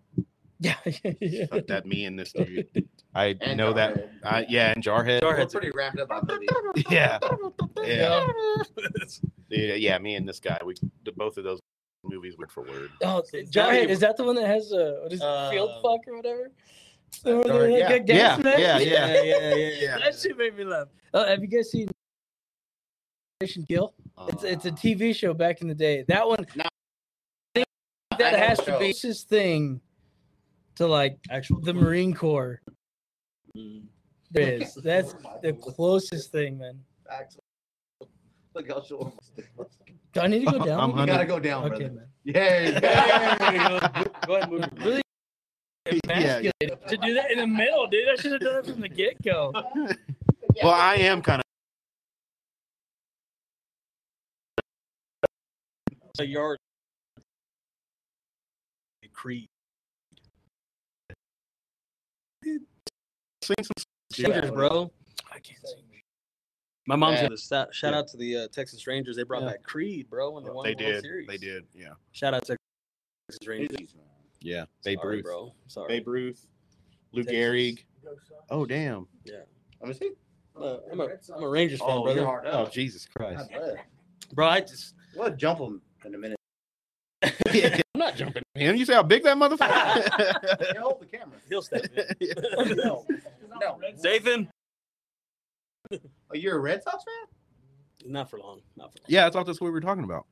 D: Yeah, yeah.
A: Fuck that me and this dude. I
C: And
A: know that.
C: Jarhead.
A: I, Uh, yeah, and Jarhead.
E: Jarhead.
C: We're pretty wrapped up on movies.
A: Yeah, yeah, yeah, yeah. Me and this guy. We the, both of those movies word for word.
D: Oh,
E: Is that
D: Jarhead,
E: you-
D: is that the one that has a what is it, field
E: Uh,
D: fuck or whatever? The one that
E: Jarhead,
D: had
C: yeah.
D: good gas
A: Um, uh, Yeah, yeah,
D: mask?
E: yeah, yeah, yeah, yeah.
D: That shit made me laugh. Oh, have you guys seen Mission Kill? It's it's
C: Uh.
D: a TV show back in the day. That one.
C: No.
D: I think that
C: I know
D: has
C: the
D: to be
C: show.
D: this thing to like
E: Actual
D: the Marine Corps.
E: Mm.
D: There is. That's the closest thing, man.
C: Facts. Look how short.
D: Do I need to go down?
A: I'm
C: You gotta go
D: okay,
C: down, brother.
D: man.
C: Yeah.
E: Go ahead, move. it.
D: Really
A: Yeah, yeah.
D: emasculated to do that in the middle, dude. I should have done it from the get go.
A: Well, I am kind
E: a yard. Creed.
A: of sing some.
E: Singers, bro.
D: I can't sing.
E: My mom's
C: Yeah.
E: gonna shout, shout out to the uh, Texas Rangers. They brought
A: Yeah.
E: back Creed, bro, when they won
A: They
E: the World
A: did.
E: Series.
A: They did. Yeah.
E: Shout out to Texas Rangers.
A: Yeah. Babe
E: Sorry,
A: Ruth.
E: bro. Sorry.
A: Babe Ruth. Lou
E: Texas.
A: Gehrig. Oh damn.
C: Let me see.
E: I'm a, I'm a, I'm a Rangers fan,
C: Oh,
E: brother.
C: you're hard
A: Oh
C: up.
A: Jesus Christ.
E: Bro, I just
C: We'll jump him in a minute.
A: I'm not jumping, man. You see how big that motherfucker?
C: Here, hold the camera.
E: he'll step
A: Yeah.
E: in.
C: No, no.
E: Dathan.
C: Oh, you're a Red Sox fan?
E: Not for long. Not for long.
A: yeah, I thought that's what we were talking about.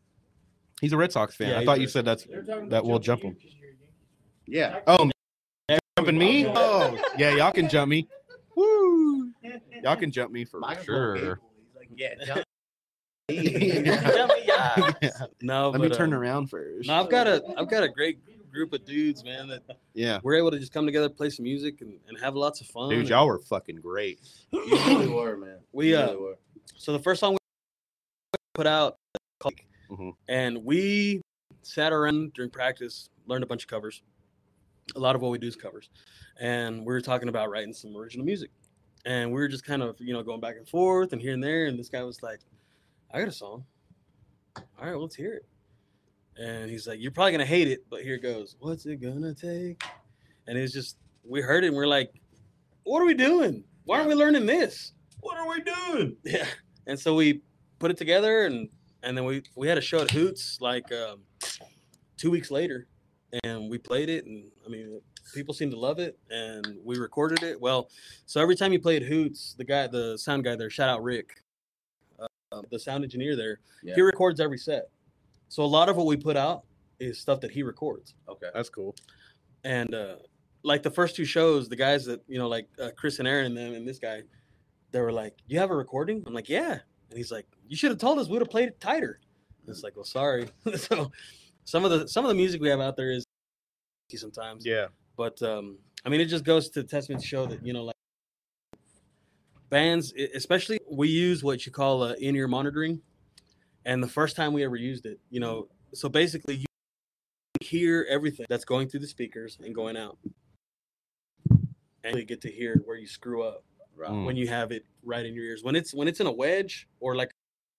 A: He's a Red Sox fan.
E: Yeah,
A: I
E: he's
A: thought
E: a
A: you
E: Red
A: said that's that will jump him.
C: Yeah.
A: Oh, jumping me? Oh, yeah, y'all can jump me. Woo! Y'all can jump me for
C: Michael's little
A: sure.
C: giggle. He's like, yeah, jump.
A: Yeah.
E: No,
A: Let
E: but,
A: me
E: uh,
A: turn around first.
E: No, I've got a I've got a great group of dudes, man, that
A: Yeah,
E: we're able to just come together, play some music, and, and have lots of fun.
A: dude, y'all were fucking great.
C: you really were, man.
E: We,
C: You
E: uh,
C: really were.
E: So the first song we put out, called- Mm-hmm.
A: Mhm.
E: and we sat around during practice, learned a bunch of covers. A lot of what we do is covers, and we were talking about writing some original music, and we were just kind of you know going back and forth and here and there. And this guy was like, "I got a song. All right, well, let's hear it." And he's like, "You're probably gonna hate it, but here it goes. What's it gonna take?" And it's just we heard it, and we're like, "What are we doing? Why aren't we learning this? What are we doing?" Yeah and so we put it together and and then we we had a show at hoots like um, two weeks later and we played it and i mean people seemed to love it and we recorded it well so every time you played hoots the guy the sound guy there shout out rick uh, the sound engineer there
C: Yeah.
E: he records every set so a lot of what we put out is stuff that he records
C: Okay.
A: That's cool.
E: and uh, like the first two shows, the guys that you know, like uh, Chris and Aaron and them, and this guy, they were like, "You have a recording?" I'm like, "Yeah," and he's like, "You should have told us. We would have played it tighter." And it's like, "Well, sorry." so some of the some of the music we have out there is funky sometimes,
A: Yeah,
E: but um, I mean, it just goes to testament to show that you know, like bands, e- especially we use what you call uh, in ear monitoring, and the first time we ever used it, you know, so basically you hear everything that's going through the speakers and going out, and you get to hear where you screw up
C: Right.
A: Mm.
E: when you have it right in your ears. When it's when it's in a wedge or like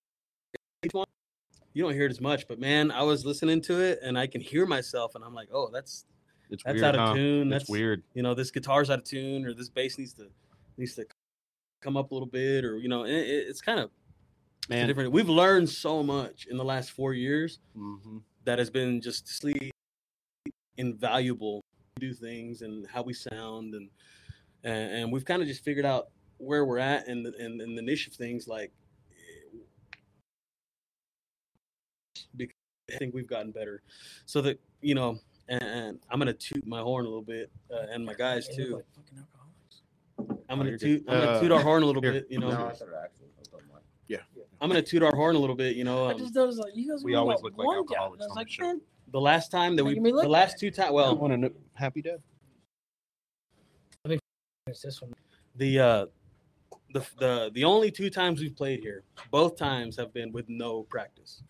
E: you don't hear it as much, but man, I was listening to it and I can hear myself and I'm like, oh, that's
A: it's
E: that's
A: weird.
E: out of
A: huh?
E: tune.
A: That's,
E: That's weird.
A: weird.
E: You know, this guitar's out of tune, or this bass needs to needs to come up a little bit, or you know, and it, it's kind of it's a
A: Man.
E: different. We've learned so much in the last four years
A: hmm
E: that has been just sleep invaluable. We do things and how we sound, and and, and we've kind of just figured out where we're at and the, and, and the niche of things like because I think we've gotten better. So that you know, and, and I'm gonna toot my horn a little bit, uh, and my guys
D: They look
E: too.
D: like fucking alcoholics.
A: Oh,
E: I'm gonna
A: you're
E: toot.
A: good.
E: I'm gonna
A: Uh,
E: toot our horn a little
A: here.
E: bit. You
C: No,
E: know,
C: I said actually.
E: I'm gonna toot our horn a little bit. You know,
D: I
E: um,
D: just noticed like you guys
A: We
D: were
A: always
D: about
A: look like
D: one down,
A: alcoholics
D: and I was
A: on
D: like,
A: the show.
D: man,
E: the last time that we,
D: Making me
E: the
D: look
E: last two times,
A: Well,
E: well,
A: want to know Happy Death.
D: it's this one.
E: the uh, the the the only two times we've played here, both times have been with no practice.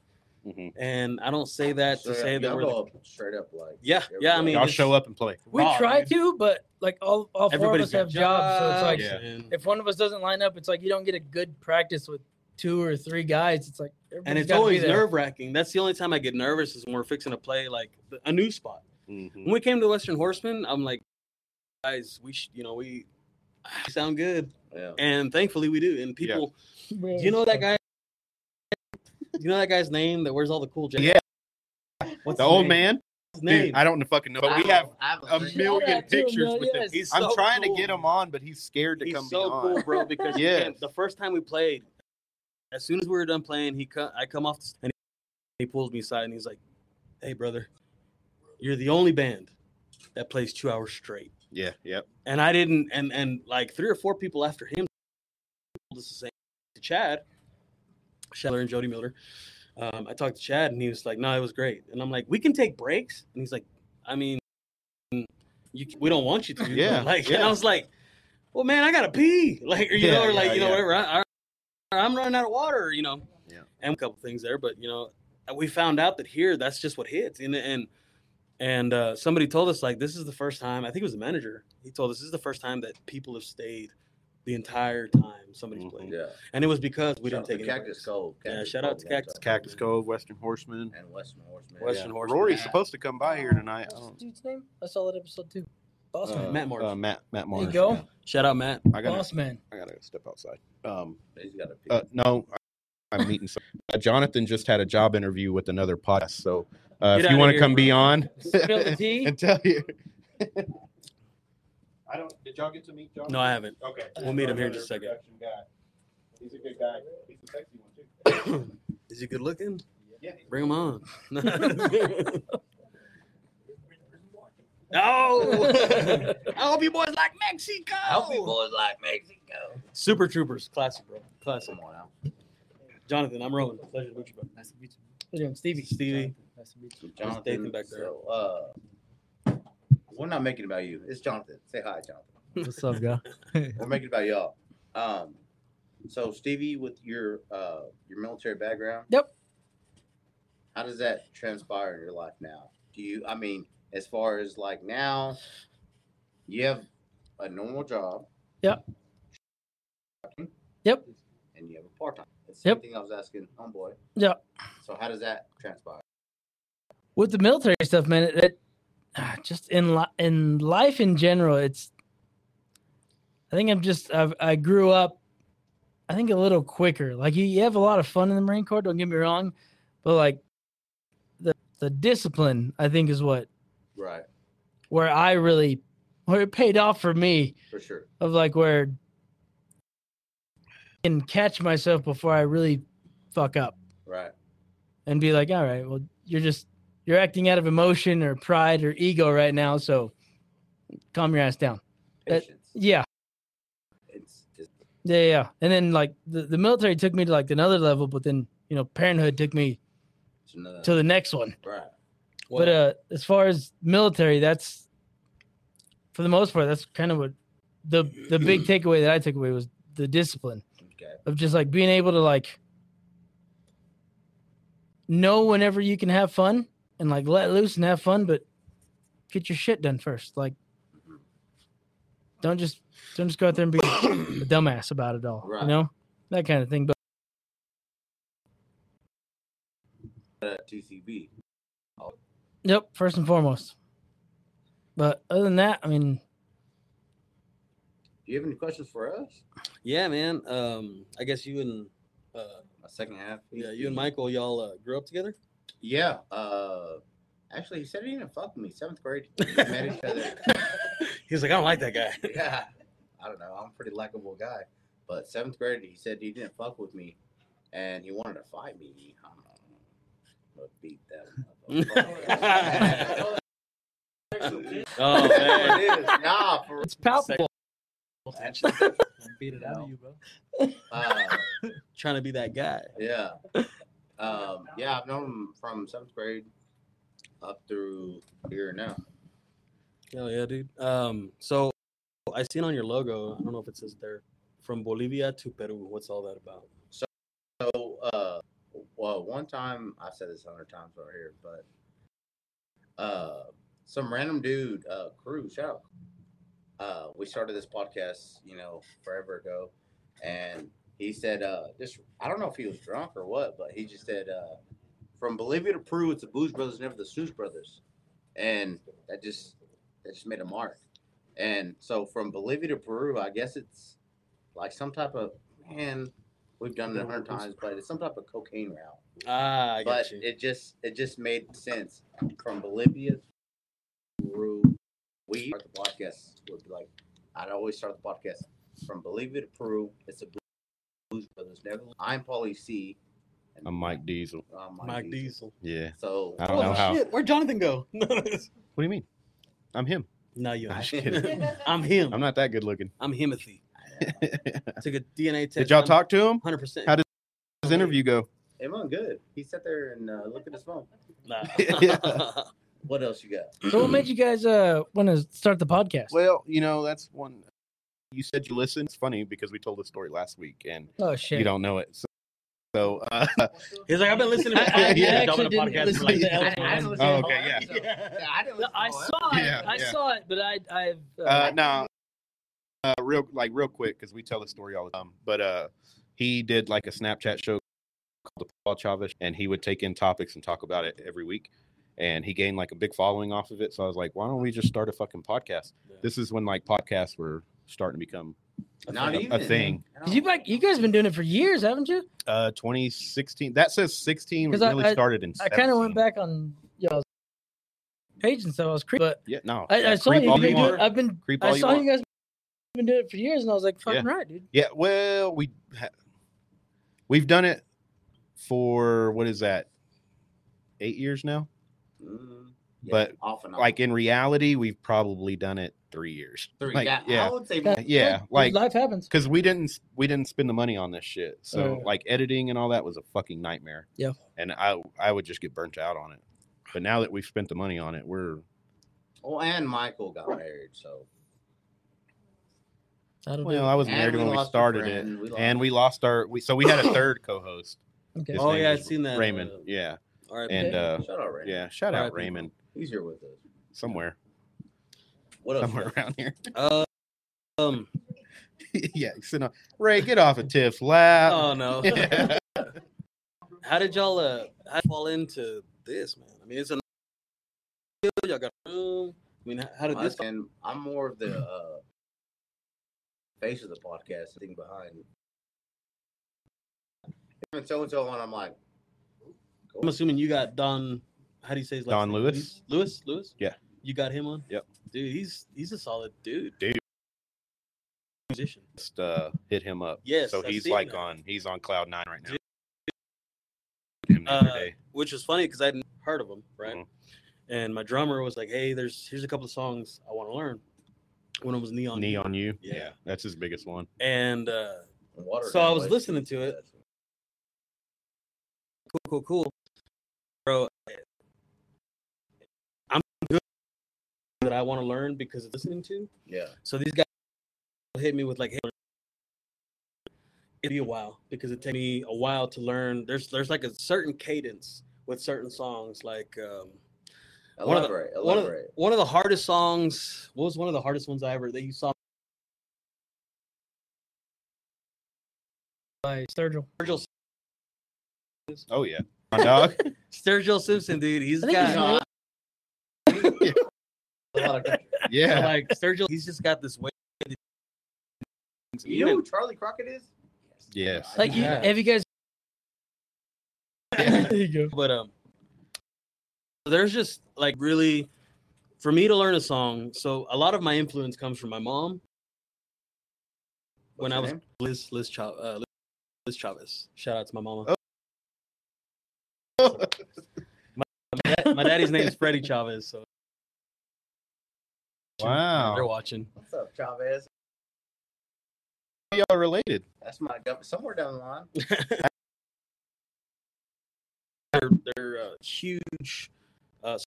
A: Mhm.
D: Mm-hmm.
E: And I don't say that to
C: Straight
E: say
C: up-
E: that
C: y'all
E: we're the,
C: go up straight up like
E: yeah,
C: every
E: yeah. I
C: day.
E: mean,
A: Y'all
E: it's-
A: show up and play.
D: We
E: raw,
D: try
E: dude.
D: to, but like all, all four of
E: Everybody's
D: us have jobs, so it's like
A: Yeah.
E: and-
D: if one of us doesn't line up, it's like you don't get a good practice with two or three guys. It's like
E: and
D: everybody's
E: it's
D: gotta be
E: always
D: there.
E: nerve wracking. That's the only time I get nervous is when we're fixing to play like th- a new spot.
A: Mhm.
E: When we came to Western Horseman, I'm like, guys, we should, you know, we we sound good,
C: yeah.
E: and thankfully we do. And
A: Yeah.
E: people,
D: Bro,
E: do you know
D: it's
E: that guy? Do you know that guy's name that wears all the cool jackets?
A: Yeah,
E: What's
A: the
E: his
A: old
E: name?
A: man.
E: His
A: Dude,
E: name.
A: I don't fucking know, but we
C: I
A: have
C: I
A: a
C: seen-
D: mil-
A: million
D: that too,
A: pictures
D: bro,
A: with him.
D: yes.
E: He's
A: I'm
E: so
A: trying
E: cool.
A: to get him on, but he's scared to
E: He's
A: come be
E: so
A: on.
E: cool, bro. Because
A: Yes.
E: man, the first time we played, as soon as we were done playing, he co- I come off the, and he pulls me aside and he's like, "Hey, brother, you're the only band that plays two hours straight."
A: Yeah, yep.
E: And I didn't, and and like three or four people after him told us the same to Chad, Shadler and Jody Miller. Um, I talked to Chad and he was like, "No, it was great." And I'm like, "We can take breaks," and he's like, "I mean, you, c- we don't want you to." but,
A: Yeah,
E: like, and
A: yeah.
E: I was like well, man, I gotta pee, like or, you
A: Yeah,
E: know, or like
A: yeah,
E: you know,
A: yeah.
E: whatever. I, I, I'm running out of water, you know.
A: Yeah.
E: And a couple things there, but you know, we found out that here, that's just what hits, and and and uh, somebody told us like this is the first time. I think it was the manager. He told us this is the first time that people have stayed the entire time somebody's
A: Mhm.
E: played,
C: Yeah.
E: and it was because we
C: Shout out
E: didn't take
C: to
E: any
C: Cactus
E: breaks.
C: Cove.
E: Yeah, shout out to
C: Cove,
E: Cactus
C: that's
A: Cactus Cove, Western Horseman.
C: up. and Western Horseman.
E: Western
A: Yeah.
E: Horseman.
A: Rory's
C: Yeah.
A: supposed to come by here tonight. I
D: What's this
A: don't-
D: dude's name? I saw that episode too. Boss
A: uh,
D: man.
E: Matt Morris.
A: uh, Matt, Matt
D: there
A: Morris.
D: you go.
A: yeah.
E: Shout out Matt.
A: I gotta,
D: Boss man.
A: I gotta step outside. Um,
C: He's got a pick.
A: uh, no, I- I'm meeting. Some, uh, Jonathan just had a job interview with another podcast, so uh,
E: Get
A: if you
E: outta
A: want to
E: here,
A: come be
E: bro.
A: on
D: Spill the tea.
A: and tell you. I don't. Did y'all get to meet John?
E: No, I haven't.
A: Okay.
E: We'll meet him here in just a second.
A: He's a good guy. He's a sexy one too.
E: Is he good looking?
A: Yeah.
E: Bring him on. no. I hope you boys like Mexico.
C: I hope you boys like Mexico.
E: Super Troopers, classic, bro, classic.
C: Come on out.
E: Jonathan, I'm Rowan. Pleasure to meet you, bro.
G: Nice to meet you.
D: His name's Stevie.
E: Stevie.
G: Nice to meet you.
E: Nathan back there.
C: So, uh, we're not making it about you. It's Jonathan. Say hi, Jonathan.
G: What's up, guy?
C: We're making it about y'all. Um, so Stevie, with your uh, your military background,
D: Yep.
C: How does that transpire in your life now? Do you? I mean, as far as like now, you have a normal job.
D: Yep. Yep.
C: And you have a part time. That's the same
D: Yep.
C: thing I was asking homeboy.
D: Yep.
C: So how does that transpire?
D: With the military stuff, man, it, it ah, just in li- in life in general, it's. I think I'm just I've, I grew up, I think a little quicker. Like you, you have a lot of fun in the Marine Corps. Don't get me wrong, but like, the the discipline I think is what
C: Right.
D: where I really where it paid off for me
C: For sure.
D: of like where I can catch myself before I really fuck up
C: Right.
D: and be like, all right, well, you're just you're acting out of emotion or pride or ego right now, so calm your ass down. That-
C: Patience.
D: Yeah,
C: it's just
D: yeah, yeah, yeah. And then like the, the military took me to like another level, but then you know parenthood took me
C: it's another.
D: to the next one.
C: right.
D: but uh, as far as military, that's for the most part, that's kind of what the the big takeaway that I took away was the discipline
C: Okay.
D: of just like being able to like know whenever you can have fun and like let loose and have fun, but get your shit done first. Like, don't just don't just go out there and be a dumbass about it all.
C: Right.
D: You know that kind of thing. But
C: Uh, TCB.
D: Yep, first and foremost. But other than that, I mean,
C: Do you have any questions for us?
E: yeah, man. Um, I guess you and uh,
C: My second half.
E: yeah, you and Michael, y'all uh, grew up together.
C: Yeah. Uh, actually, he said he didn't fuck with me. Seventh grade, we met each other.
E: He's like, I don't like that guy.
C: Yeah. I don't know. I'm a pretty likable guy, but seventh grade, he said he didn't fuck with me, and he wanted to fight me. I don't know. But beat that. motherfucker.
E: Oh
C: There
E: man.
C: it is. Nah, for
D: it's palpable.
G: I'm beating out of you, bro.
C: uh,
E: Trying to be that guy.
C: Yeah. Um, yeah, I've known him from seventh grade up through here now.
E: Hell yeah, dude. Um, so I seen on your logo. I don't know if it says there, from Bolivia to Peru. What's all that about?
C: So uh, well, one time I've said this a hundred times right here, but uh, some random dude, uh, crew, shout out. Uh, we started this podcast, you know, forever ago, and he said, uh, just I don't know if he was drunk or what, but he just said, uh, from Bolivia to Peru, it's the Blues Brothers, never the Seuss Brothers, and that just that just made a mark. And so from Bolivia to Peru, I guess it's like some type of man. We've done it a hundred times, but it's some type of cocaine route
E: Ah, I
C: but
E: got you.
C: it just it just made sense from Bolivia through we start the podcast would be like I'd always start the podcast from Bolivia to Peru. It's a blues brothers never. I'm Paulie C. And
A: I'm Mike Uh, Diesel.
C: I'm Mike,
E: Mike
C: D.
E: Diesel.
A: Yeah.
C: So
A: I don't know how. What
E: shit! Where'd Jonathan go? no,
A: do you mean? I'm him.
E: you.
A: I'm
E: ain't.
A: just kidding.
E: I'm him.
A: I'm
E: I'm,
A: not that good looking.
E: Himothy. Took a DNA test.
A: Did y'all talk to him?
E: Hundred percent.
A: How did- How's the interview go?
C: it went good. He sat there and uh, looked at his phone.
E: Nah.
A: Yeah.
C: What else you got?
D: So what made you guys uh want to start the podcast?
A: Well, you know that's one. You said you listened. It's funny because we told this story last week and
D: oh shit!
A: you don't know it. So, so uh,
E: He's like, I've been listening to
D: I- I- I
E: Yeah,
D: actually
E: Domino
D: didn't
E: podcast for
D: listen
E: like
D: to the
E: ten times.
D: episode.
A: Oh, okay, yeah.
C: I didn't listen to
D: I
C: all that.
D: saw it.
A: Yeah,
D: I
A: yeah.
D: saw it, but I I've uh,
A: uh now uh real like real quick because we tell the story all the time but uh he did like a snapchat show called the paul chavez and he would take in topics and talk about it every week and he gained like a big following off of it so i was like why don't we just start a fucking podcast
E: Yeah.
A: this is when like podcasts were starting to become
C: Not
A: a, a
C: even
A: thing
D: 'cause you like you guys been doing it for years, haven't you?
A: uh 2016 that says 16
D: 'Cause I-
A: really
D: I-
A: started in
D: I kind of
A: 17.
D: went back on y'all's page and so I was creepy, but
A: yeah no
D: I,
A: yeah,
D: I saw
A: creep
D: you.
A: all
D: been doing-
A: want.
D: I've been.
A: Creep all
D: I
A: you
D: saw
A: want.
D: you guys been doing it for years, and I was like, "Fucking right, dude."
A: Yeah, well, we ha- we've done it for what is that? 8 years now?
C: Mm,
A: But,
C: off and on.
A: Like in reality, we've probably done it 3 years.
C: Three.
A: like,
C: yeah, I
A: yeah.
C: would say
D: That-
A: Yeah, like
D: life happens.
A: cuz we didn't we didn't spend the money on this shit. So
D: Oh.
A: like editing and all that was a fucking nightmare.
D: Yeah.
A: And I I would just get burnt out on it. But now that we've spent the money on it, we're
C: Oh, and Michael got married, so
D: I don't
A: well,
D: know.
A: I was
C: And
A: married
C: we
A: when we
C: lost a
A: started
C: friend,
A: it.
C: we lost-
A: and we lost our we, so we had a third co-host.
D: Okay.
A: His
E: Oh,
A: name
E: yeah,
A: was
E: I've seen that,
A: Raymond.
E: uh,
A: yeah.
E: All right,
A: And
D: okay.
A: uh
C: shut up, Ray.
A: yeah, shout
E: All
A: out
E: right, people.
A: Raymond
C: he's here with us.
A: somewhere.
C: What
E: Oh,
C: else? you
A: somewhere
C: got?
A: around here.
E: uh, um,
A: yeah, sitting on Ray, get off of Tiff's lap.
E: oh no.
A: Yeah.
E: How did y'all uh how did you fall into this, man? I mean, it's a y'all got. I mean, how did this?
C: Us and I'm more of the uh, face of the podcast, thing behind. And so and so on, I'm like,
E: I'm assuming you got Don. How do you say his last
A: Don
E: name?
A: Lewis?
E: Lewis. Lewis.
A: Yeah.
E: You got him on.
A: Yep.
E: Dude, he's he's a solid dude.
A: Dude.
E: Musician.
A: Just uh, hit him up.
E: Yes,
A: So
E: I've
A: he's
E: seen
A: like
E: that.
A: on he's on cloud nine right now. Him the other
E: Uh,
A: day.
E: which was funny because I hadn't heard of him, right?
A: Mhm.
E: And my drummer was like, "Hey, there's here's a couple of songs I want to learn." One of them was Neon.
A: Knee on you.
E: Yeah.
A: that's his biggest one.
E: And uh,
C: water.
E: So I
C: down
E: was
C: place.
E: listening to it. cool, cool, cool, bro. I'm good that I want to learn because of listening to.
C: Yeah,
E: So these guys hit me with like, hey, it'll be a while because it took me a while to learn. There's there's like a certain cadence with certain songs. Like um, One of the-
C: elaborate,
E: one of
C: elaborate.
E: one of the hardest songs. What was one of the hardest ones I ever that you saw?
D: By Sturgill.
E: Sturgill,
A: Oh yeah, my dog.
E: Sturgill Simpson, dude. He's
D: I think
E: got
D: he's
C: No, I-
E: So,
A: Yeah,
E: like Sergio, he's just got this way.
C: you know who Charlie Crockett is?
A: Yes.
D: Like, you,
E: Yeah.
D: have you guys? there you go.
E: but um, there's just like really, for me to learn a song. So a lot of my influence comes from my mom. when
C: What's
E: I
C: her
E: was
C: name?
E: Liz Liz Chav uh, Liz, Liz Chavez, shout out to my mama.
A: Oh.
E: My, dad- my daddy's name is Freddie Chavez, so they're
A: wow.
E: watching.
C: What's up, Chavez?
A: Y'all are related.
C: That's my gov- somewhere down the line.
E: they're they're uh, huge. Uh,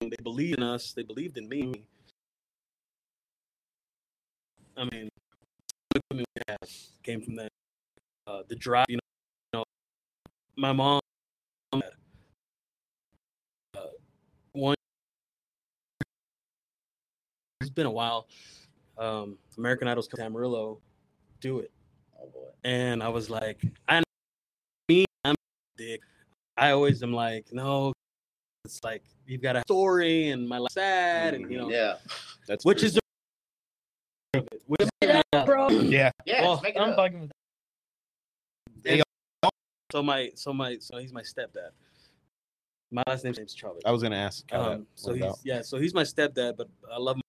E: they believe in us. They believed in me. I mean, the equipment we have came from that. Uh, uh, the drive. You know, you know, my mom uh, one. It's been a while. Um, American Idol's come to Amarillo, do it,
C: Oh boy.
E: and I was like, I mean, I'm a dick. I always am like, no, it's like you've got a story, and my life's sad, and you know,
C: yeah.
A: That's
E: which
A: Mm, true.
E: is the which,
D: Get out, bro.
A: yeah.
C: Yeah.
E: Well,
C: just make it
D: I'm
C: up.
D: fucking with
E: so my so my so he's my stepdad. My last name's name's Charlie.
A: I was gonna ask. how that
E: Um, so
A: went
E: he's
A: about.
E: yeah, so he's my stepdad, but I love him.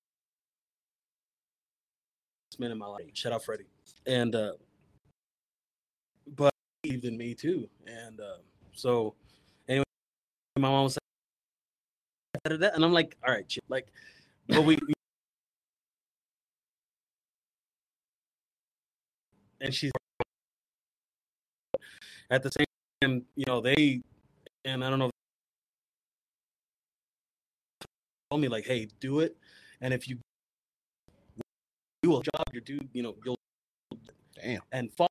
E: Best man in my life. Shout out Freddie. And uh but he believed in me too. And uh, so anyway, my mom was like, "Da, da, da," and I'm like, all right, chill. like but we and she's at the same time, you know, they and I don't know told me like, "Hey, do it, and if you do a job, you do you know you'll
A: Damn.
E: and fo-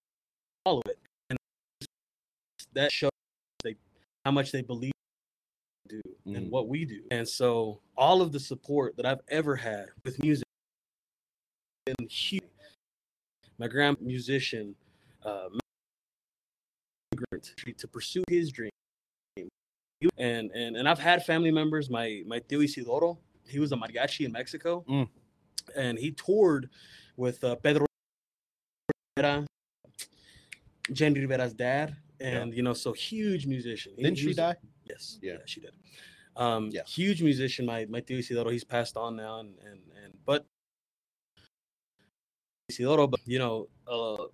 E: follow it." And that shows they how much they believe in what we do
A: Mhm.
E: and what we do. And so all of the support that I've ever had with music has been huge. My grand musician, uh, immigrant to pursue his dream. And, and and I've had family members. My my tío Isidoro, he was a mariachi in Mexico,
A: Mm.
E: and he toured with uh, Pedro Rivera, Jenny Rivera's dad, and you know, so huge musician. He-
A: Didn't
E: he
A: she
E: was a-
A: die?
E: Yes.
A: Yeah.
E: Yeah, she did. Um,
A: Yeah.
E: huge musician. My my tío Isidoro, he's passed on now, and and and but Isidoro, but you know, uh,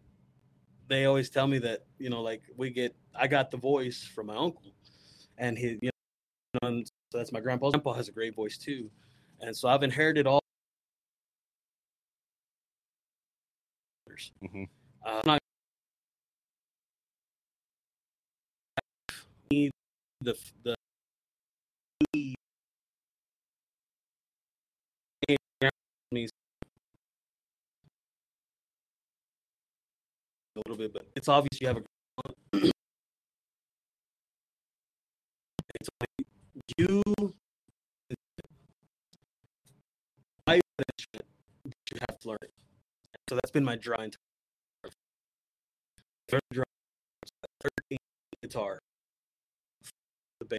E: they always tell me that you know, like we get, I got the voice from my uncle, and his, you know, and so that's my grandpa's grandpa has a great voice too, and so I've inherited all.
A: Mhm.
E: Uh, I'm not need the the a little bit, but it's obvious you have a. It's like you. I that you have to learn it. So that's been my drawing. Third drawing, thirteen guitar, the bass,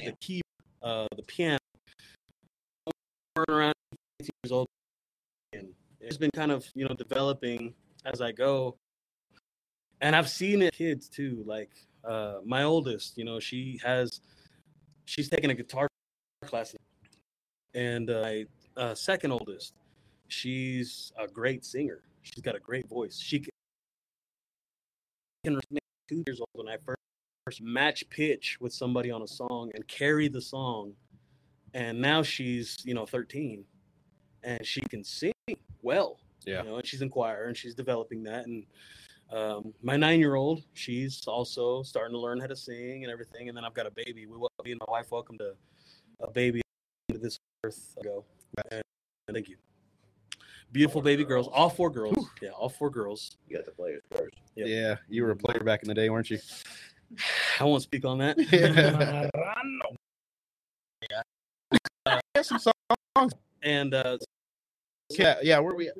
E: the key, uh, the piano. Turn around, 18 years old, and it's been kind of you know developing as I go. And I've seen it kids too. Like uh my oldest, you know, she has she's taking a guitar class and uh, my uh, second oldest, she's a great singer. She's got a great voice. She can- can make two years old when I first, first match pitch with somebody on a song and carry the song. And now she's, you know, 13 and she can sing well
A: Yeah.
E: you know, and she's in choir and she's developing that. And um, my nine-year-old, she's also starting to learn how to sing and everything. And then I've got a baby. We, wel- me and my wife, welcomed a, a baby into this earth ago. And, and thank you. Beautiful
C: Four
E: baby
C: girls.
E: girls. all four girls. Yeah, all four girls.
C: You got the players first.
E: Yep.
A: Yeah, you were a player back in the day, weren't you?
E: I won't speak on that.
D: them.
A: There's some songs.
E: and uh,
A: Yeah, yeah. Where we? At?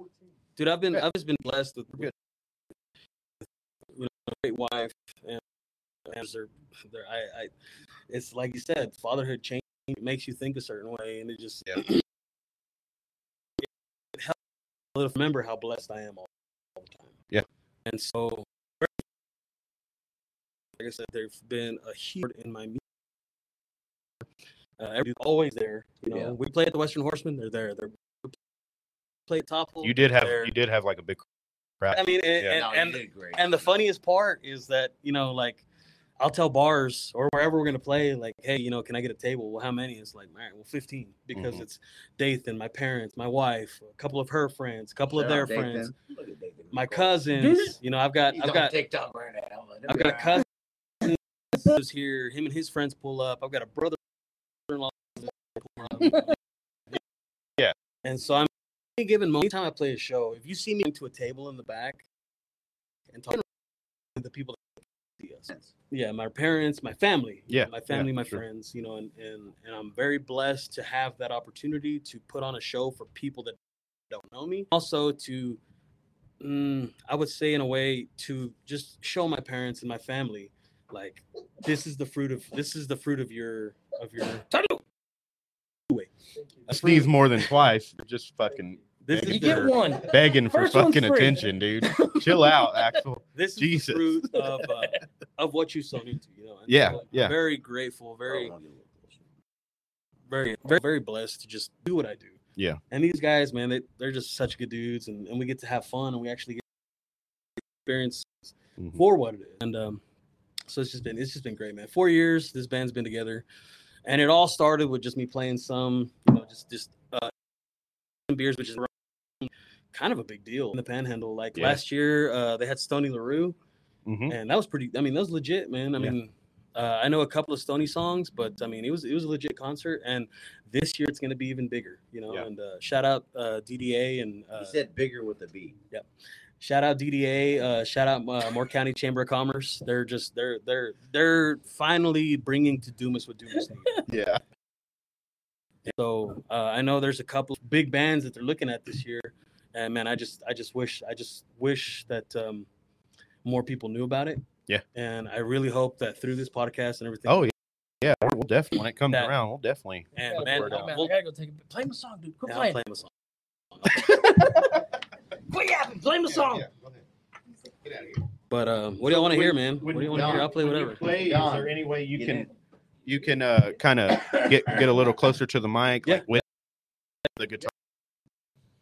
E: dude, I've been
A: Good.
E: I've just been blessed with
A: We're good.
E: you know, a great wife and, and they're, they're, I, I it's like you said, fatherhood change makes you think a certain way and it just
A: Yeah.
E: it, helps me to remember how blessed I am all, all the time.
A: Yeah.
E: And so like I said, there's been a huge in my music. Uh, everybody's always there. You know,
C: Yeah.
E: we play at the Western Horsemen. They're there. They're we play at Topple.
H: You did have
E: they're-
H: you did have like a big crowd.
E: I mean, and,
H: Yeah.
E: and,
C: No, you
E: and
C: did great.
E: and the funniest part is that you know, like, I'll tell bars or wherever we're gonna play, like, hey, you know, can I get a table? Well, how many? It's like, all right, well, fifteen because
A: Mhm.
E: it's Dathan, my parents, my wife, a couple of her friends, a couple of
C: Shout
E: their
C: out Dathan.
E: friends,
C: Look at Dathan
E: my
C: Nicole.
E: cousins. You know, I've got,
C: He's
E: I've
C: on
E: got,
C: TikTok right now. Let him
E: I've got a
C: go.
E: cousin who's here. Him and his friends pull up. I've got a brother-in-law. who's pull up.
H: Yeah.
E: And so I'm any given moment, anytime I play a show, if you see me to a table in the back and talk the people that see us. Yeah, my parents, my family.
A: Yeah,
E: my
A: yeah,
E: family, my
A: for sure.
E: friends. You know, and, and and I'm very blessed to have that opportunity to put on a show for people that don't know me. Also to, mm, I would say in a way to just show my parents and my family, like this is the fruit of this is the fruit of your of your. Wait,
A: Sneeze more than twice. You're just fucking
E: This is
D: You get
E: the-
D: one.
A: begging for
D: First one's
A: fucking
D: free.
A: attention, dude. Chill out, Axel.
E: this is the
A: Jesus.
E: fruit of uh, of what you sown into. You know, And
A: Yeah,
E: so I'm
A: yeah.
E: Very grateful,
C: Oh,
E: very, very, very, very blessed to just do what I do.
A: Yeah.
E: And these guys, man, they they're just such good dudes, and, and we get to have fun, and we actually get experience
A: Mhm.
E: for what it is. And um, so it's just been it's just been great, man. Four years this band's been together, and it all started with just me playing some, you know, just just uh, beers, which is kind of a big deal in the Panhandle. Like
A: Yeah.
E: last year, uh, they had Stony Larue,
A: Mhm.
E: and that was pretty. I mean, that was legit, man. I
A: Yeah.
E: mean, uh, I know a couple of Stony songs, but I mean, it was it was a legit concert, and this year it's going to be even bigger, you know.
A: Yeah.
E: And uh, shout out uh, DDA and uh,
C: he said bigger with the B.
E: Shout out DDA. Uh, shout out uh, Moore County Chamber of Commerce. They're just they're they're they're finally bringing to Dumas what Dumas needs.
A: Yeah.
E: So uh, I know there's a couple big bands that they're looking at this year, and man, I just I just wish I just wish that um, more people knew about it.
A: Yeah.
E: And I really hope that through this podcast and everything.
A: Oh yeah. Yeah, we'll definitely when it comes
E: That-
A: around, we'll definitely.
E: and
D: Oh,
E: man,
D: man, I
E: we'll-
D: gotta go take a play my song, dude. Quit
E: yeah, I'll
D: playing.
E: play him a song.
D: Quit yapping. Play my song.
E: But um, what do y'all want to hear, man? What do you want to hear? I'll play whatever.
C: Play, is there
A: any way you
C: Get
A: can
C: in.
A: you can uh kind of get get a little closer to the mic
E: Yeah.
A: like with the guitar?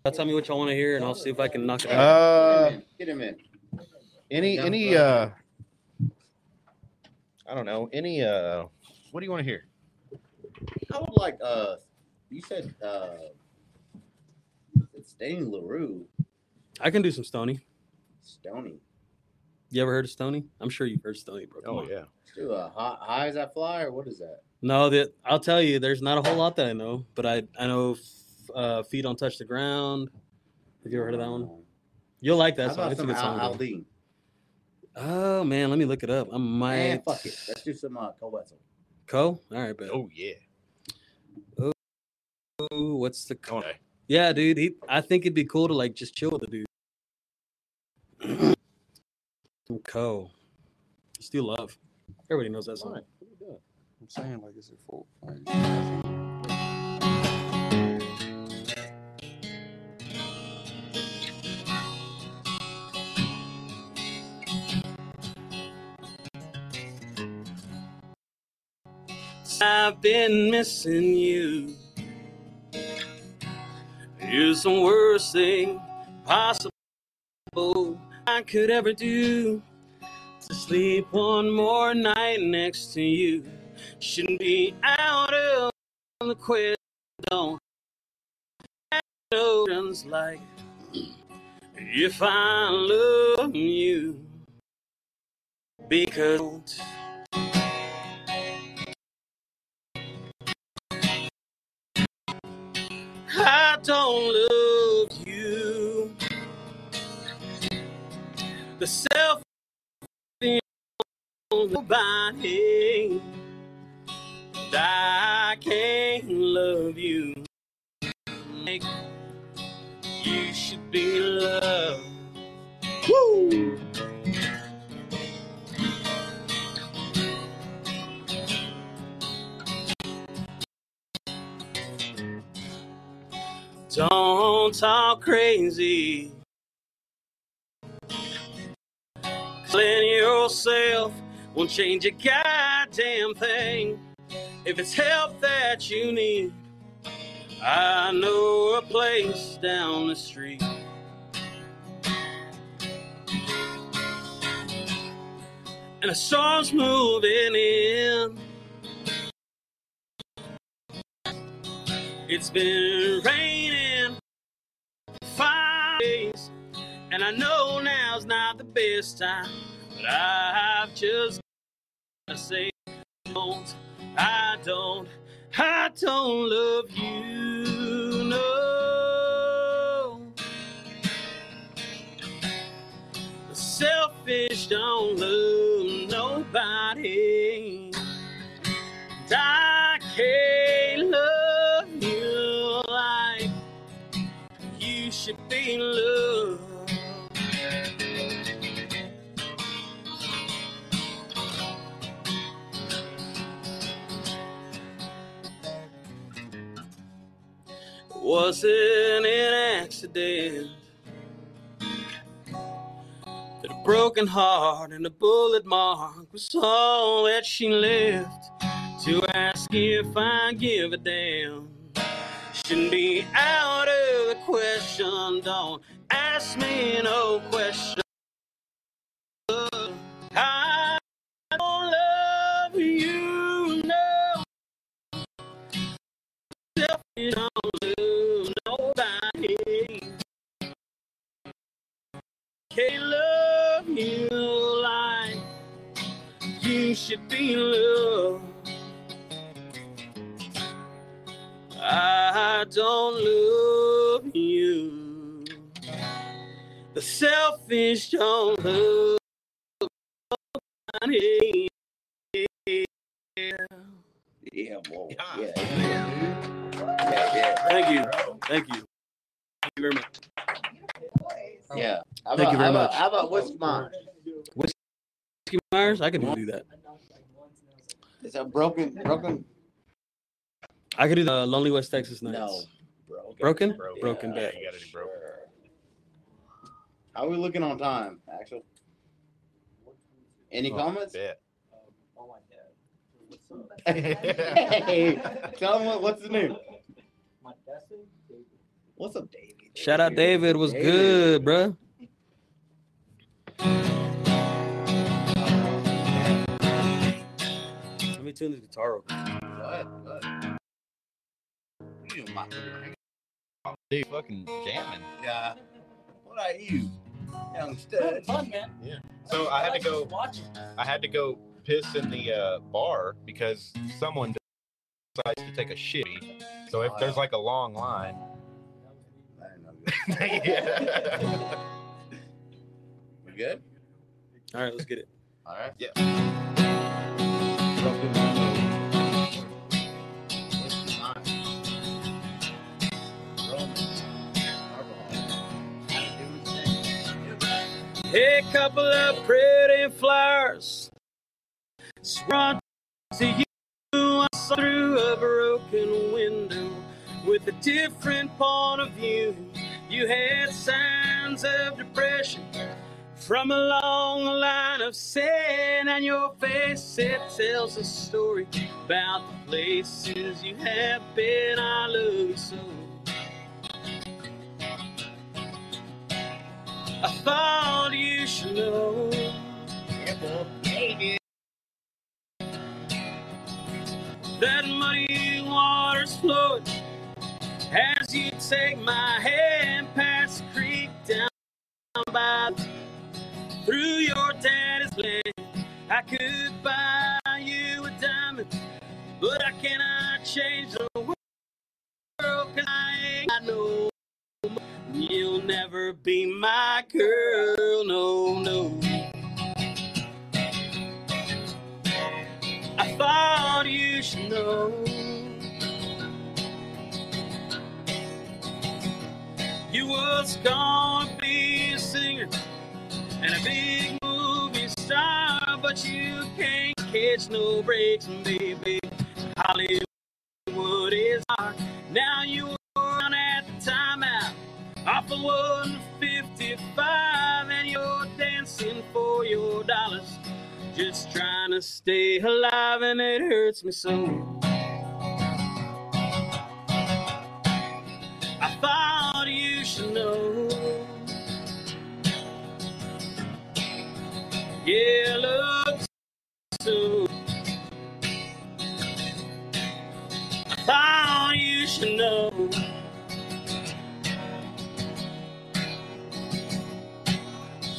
E: Y'all tell me what y'all want to hear, and I'll see if I can knock it out.
A: Uh
C: Get him in.
A: any
C: Young
A: any uh
C: blood.
A: I don't know. Any uh what do you want to hear?
C: I would like uh you said uh it's Danny LaRue,
E: I can do some Stony.
C: Stony.
E: You ever heard of Stony? I'm sure you've heard of Stony, bro.
C: Oh,
E: Come on.
A: Oh, yeah.
C: Let's do a high, high as I fly or what is that?
E: No, that I'll tell you. There's not a whole lot that I know, but I I know f- uh, feet don't touch the ground. Have you ever heard of that one? You'll like that
C: That's How
E: song.
C: about
E: It's a
C: some
E: good
C: Al
E: song. bro.
C: Aldine?
E: Oh man, let me look it up. I might.
C: Man, fuck it. Let's do some uh Coletzel.
E: Co. All right, but
A: Oh yeah.
E: Ooh, what's the? Co-
A: Okay.
E: yeah, dude. He, I think it'd be cool to like just chill with the dude. Some Co. Still love. Everybody knows that song.
B: I'm saying like it's your fault.
E: I've been missing you. You're the worst thing possible I could ever do. To sleep one more night next to you shouldn't be out of the question. Don't have notions like if I love you because. I don't love you. The self in nobody. And I can't love you. Like you should be loved. Woo! Don't talk crazy. Clean yourself won't change a goddamn thing. If it's help that you need, I know a place down the street. And the storm's moving in. It's been raining five days, and I know now's not the best time, but I've just gotta say, don't, I don't, I don't love you, no. Selfish bitch don't love nobody. I can't love you like you should be loved. Wasn't an accident that a broken heart and a bullet mark was all that she left to ask if I give a damn. Shouldn't be out of the question. Don't ask me no question. I don't love you, no. Selfish, don't love nobody. Can't love you like you should be loved. I don't love you. The selfish don't love nobody.
C: Yeah, well,
H: Yeah.
C: yeah, yeah, yeah, yeah.
E: Thank you. Thank you. Thank you very much.
C: yeah. How
E: Thank
C: about-
E: you very
C: how about-
E: much.
C: How about what's mine?
E: Whiskey Myers, I could do that.
C: It's a broken, broken.
E: I could do the Lonely West Texas Nights.
C: No, bro.
E: Broken?
H: Broken.
E: Broken
C: Yeah.
E: back.
H: You gotta do broken.
C: How are we looking on time, Axel? Any
H: Oh,
C: comments?
H: bet.
C: hey, tell him what, what's the new. What's up, David?
E: Shout out David was good, bruh. Let me tune this guitar up.
C: What? What? You, my friend.
H: Dude, fucking jamming.
C: Yeah. What are you, young stud?
G: Fun, man.
H: So I had to go.
G: Watch it.
H: I had to go piss in the uh, bar because someone decides to take a shitty. So if there's like a long line,
C: I know that.
H: yeah.
C: We good?
E: All right, let's get it.
C: All right.
H: Yeah.
E: Hey, couple of pretty flowers. Run to you. I saw through a broken window with a different point of view. You had signs of depression from a long line of sin, and your face it tells a story about the places you have been. I love you so. I thought you should know. That muddy water's flowing as you take my hand past the creek down by through your daddy's land. I could buy you a diamond, but I cannot change the world 'cause I ain't got no You'll never be my girl, no, no. I thought you should know. You was gonna be a singer and a big movie star, but you can't catch no breaks, baby. Hollywood is hard. Now you were on at the timeout off of 155 and you're dancing for your dollars just trying to stay alive and it hurts me so i thought you should know yeah look so i thought you should know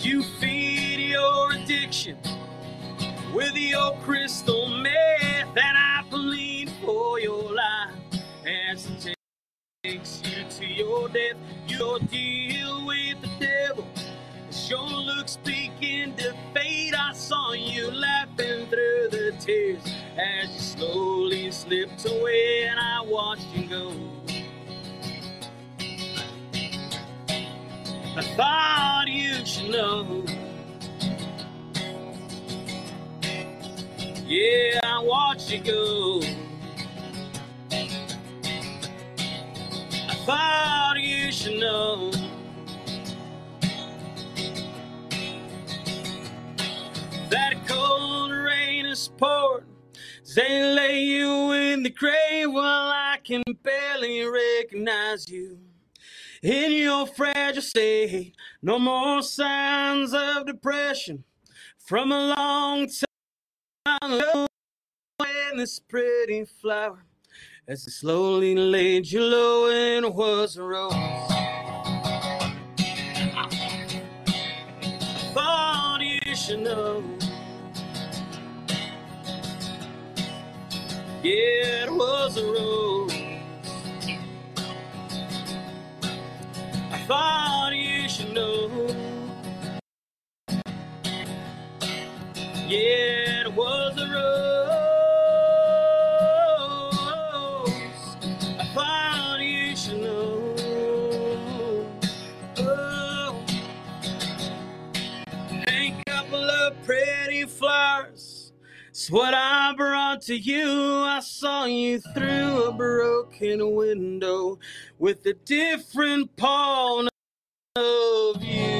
E: You feed your addiction with your crystal meth, and I believe for your life as it takes you to your death. Your deal with the devil is your looks speaking begin to fade, I saw you laughing through the tears as you slowly slipped away, and I watched you go. I thought you should know. Yeah, I watched you go. I thought you should know. That cold rain is pouring. They lay you in the grave while I can barely recognize you. In your fragile state, no more signs of depression from a long time ago. When this pretty flower, as it slowly laid you low, and it was a rose. I thought you should know. Yeah, it was a rose. I thought you should know. Yeah, it was a rose. I thought you should know. Oh. A couple of pretty flowers. It's what I brought to you. I saw you through a broken window with a different pawn of you.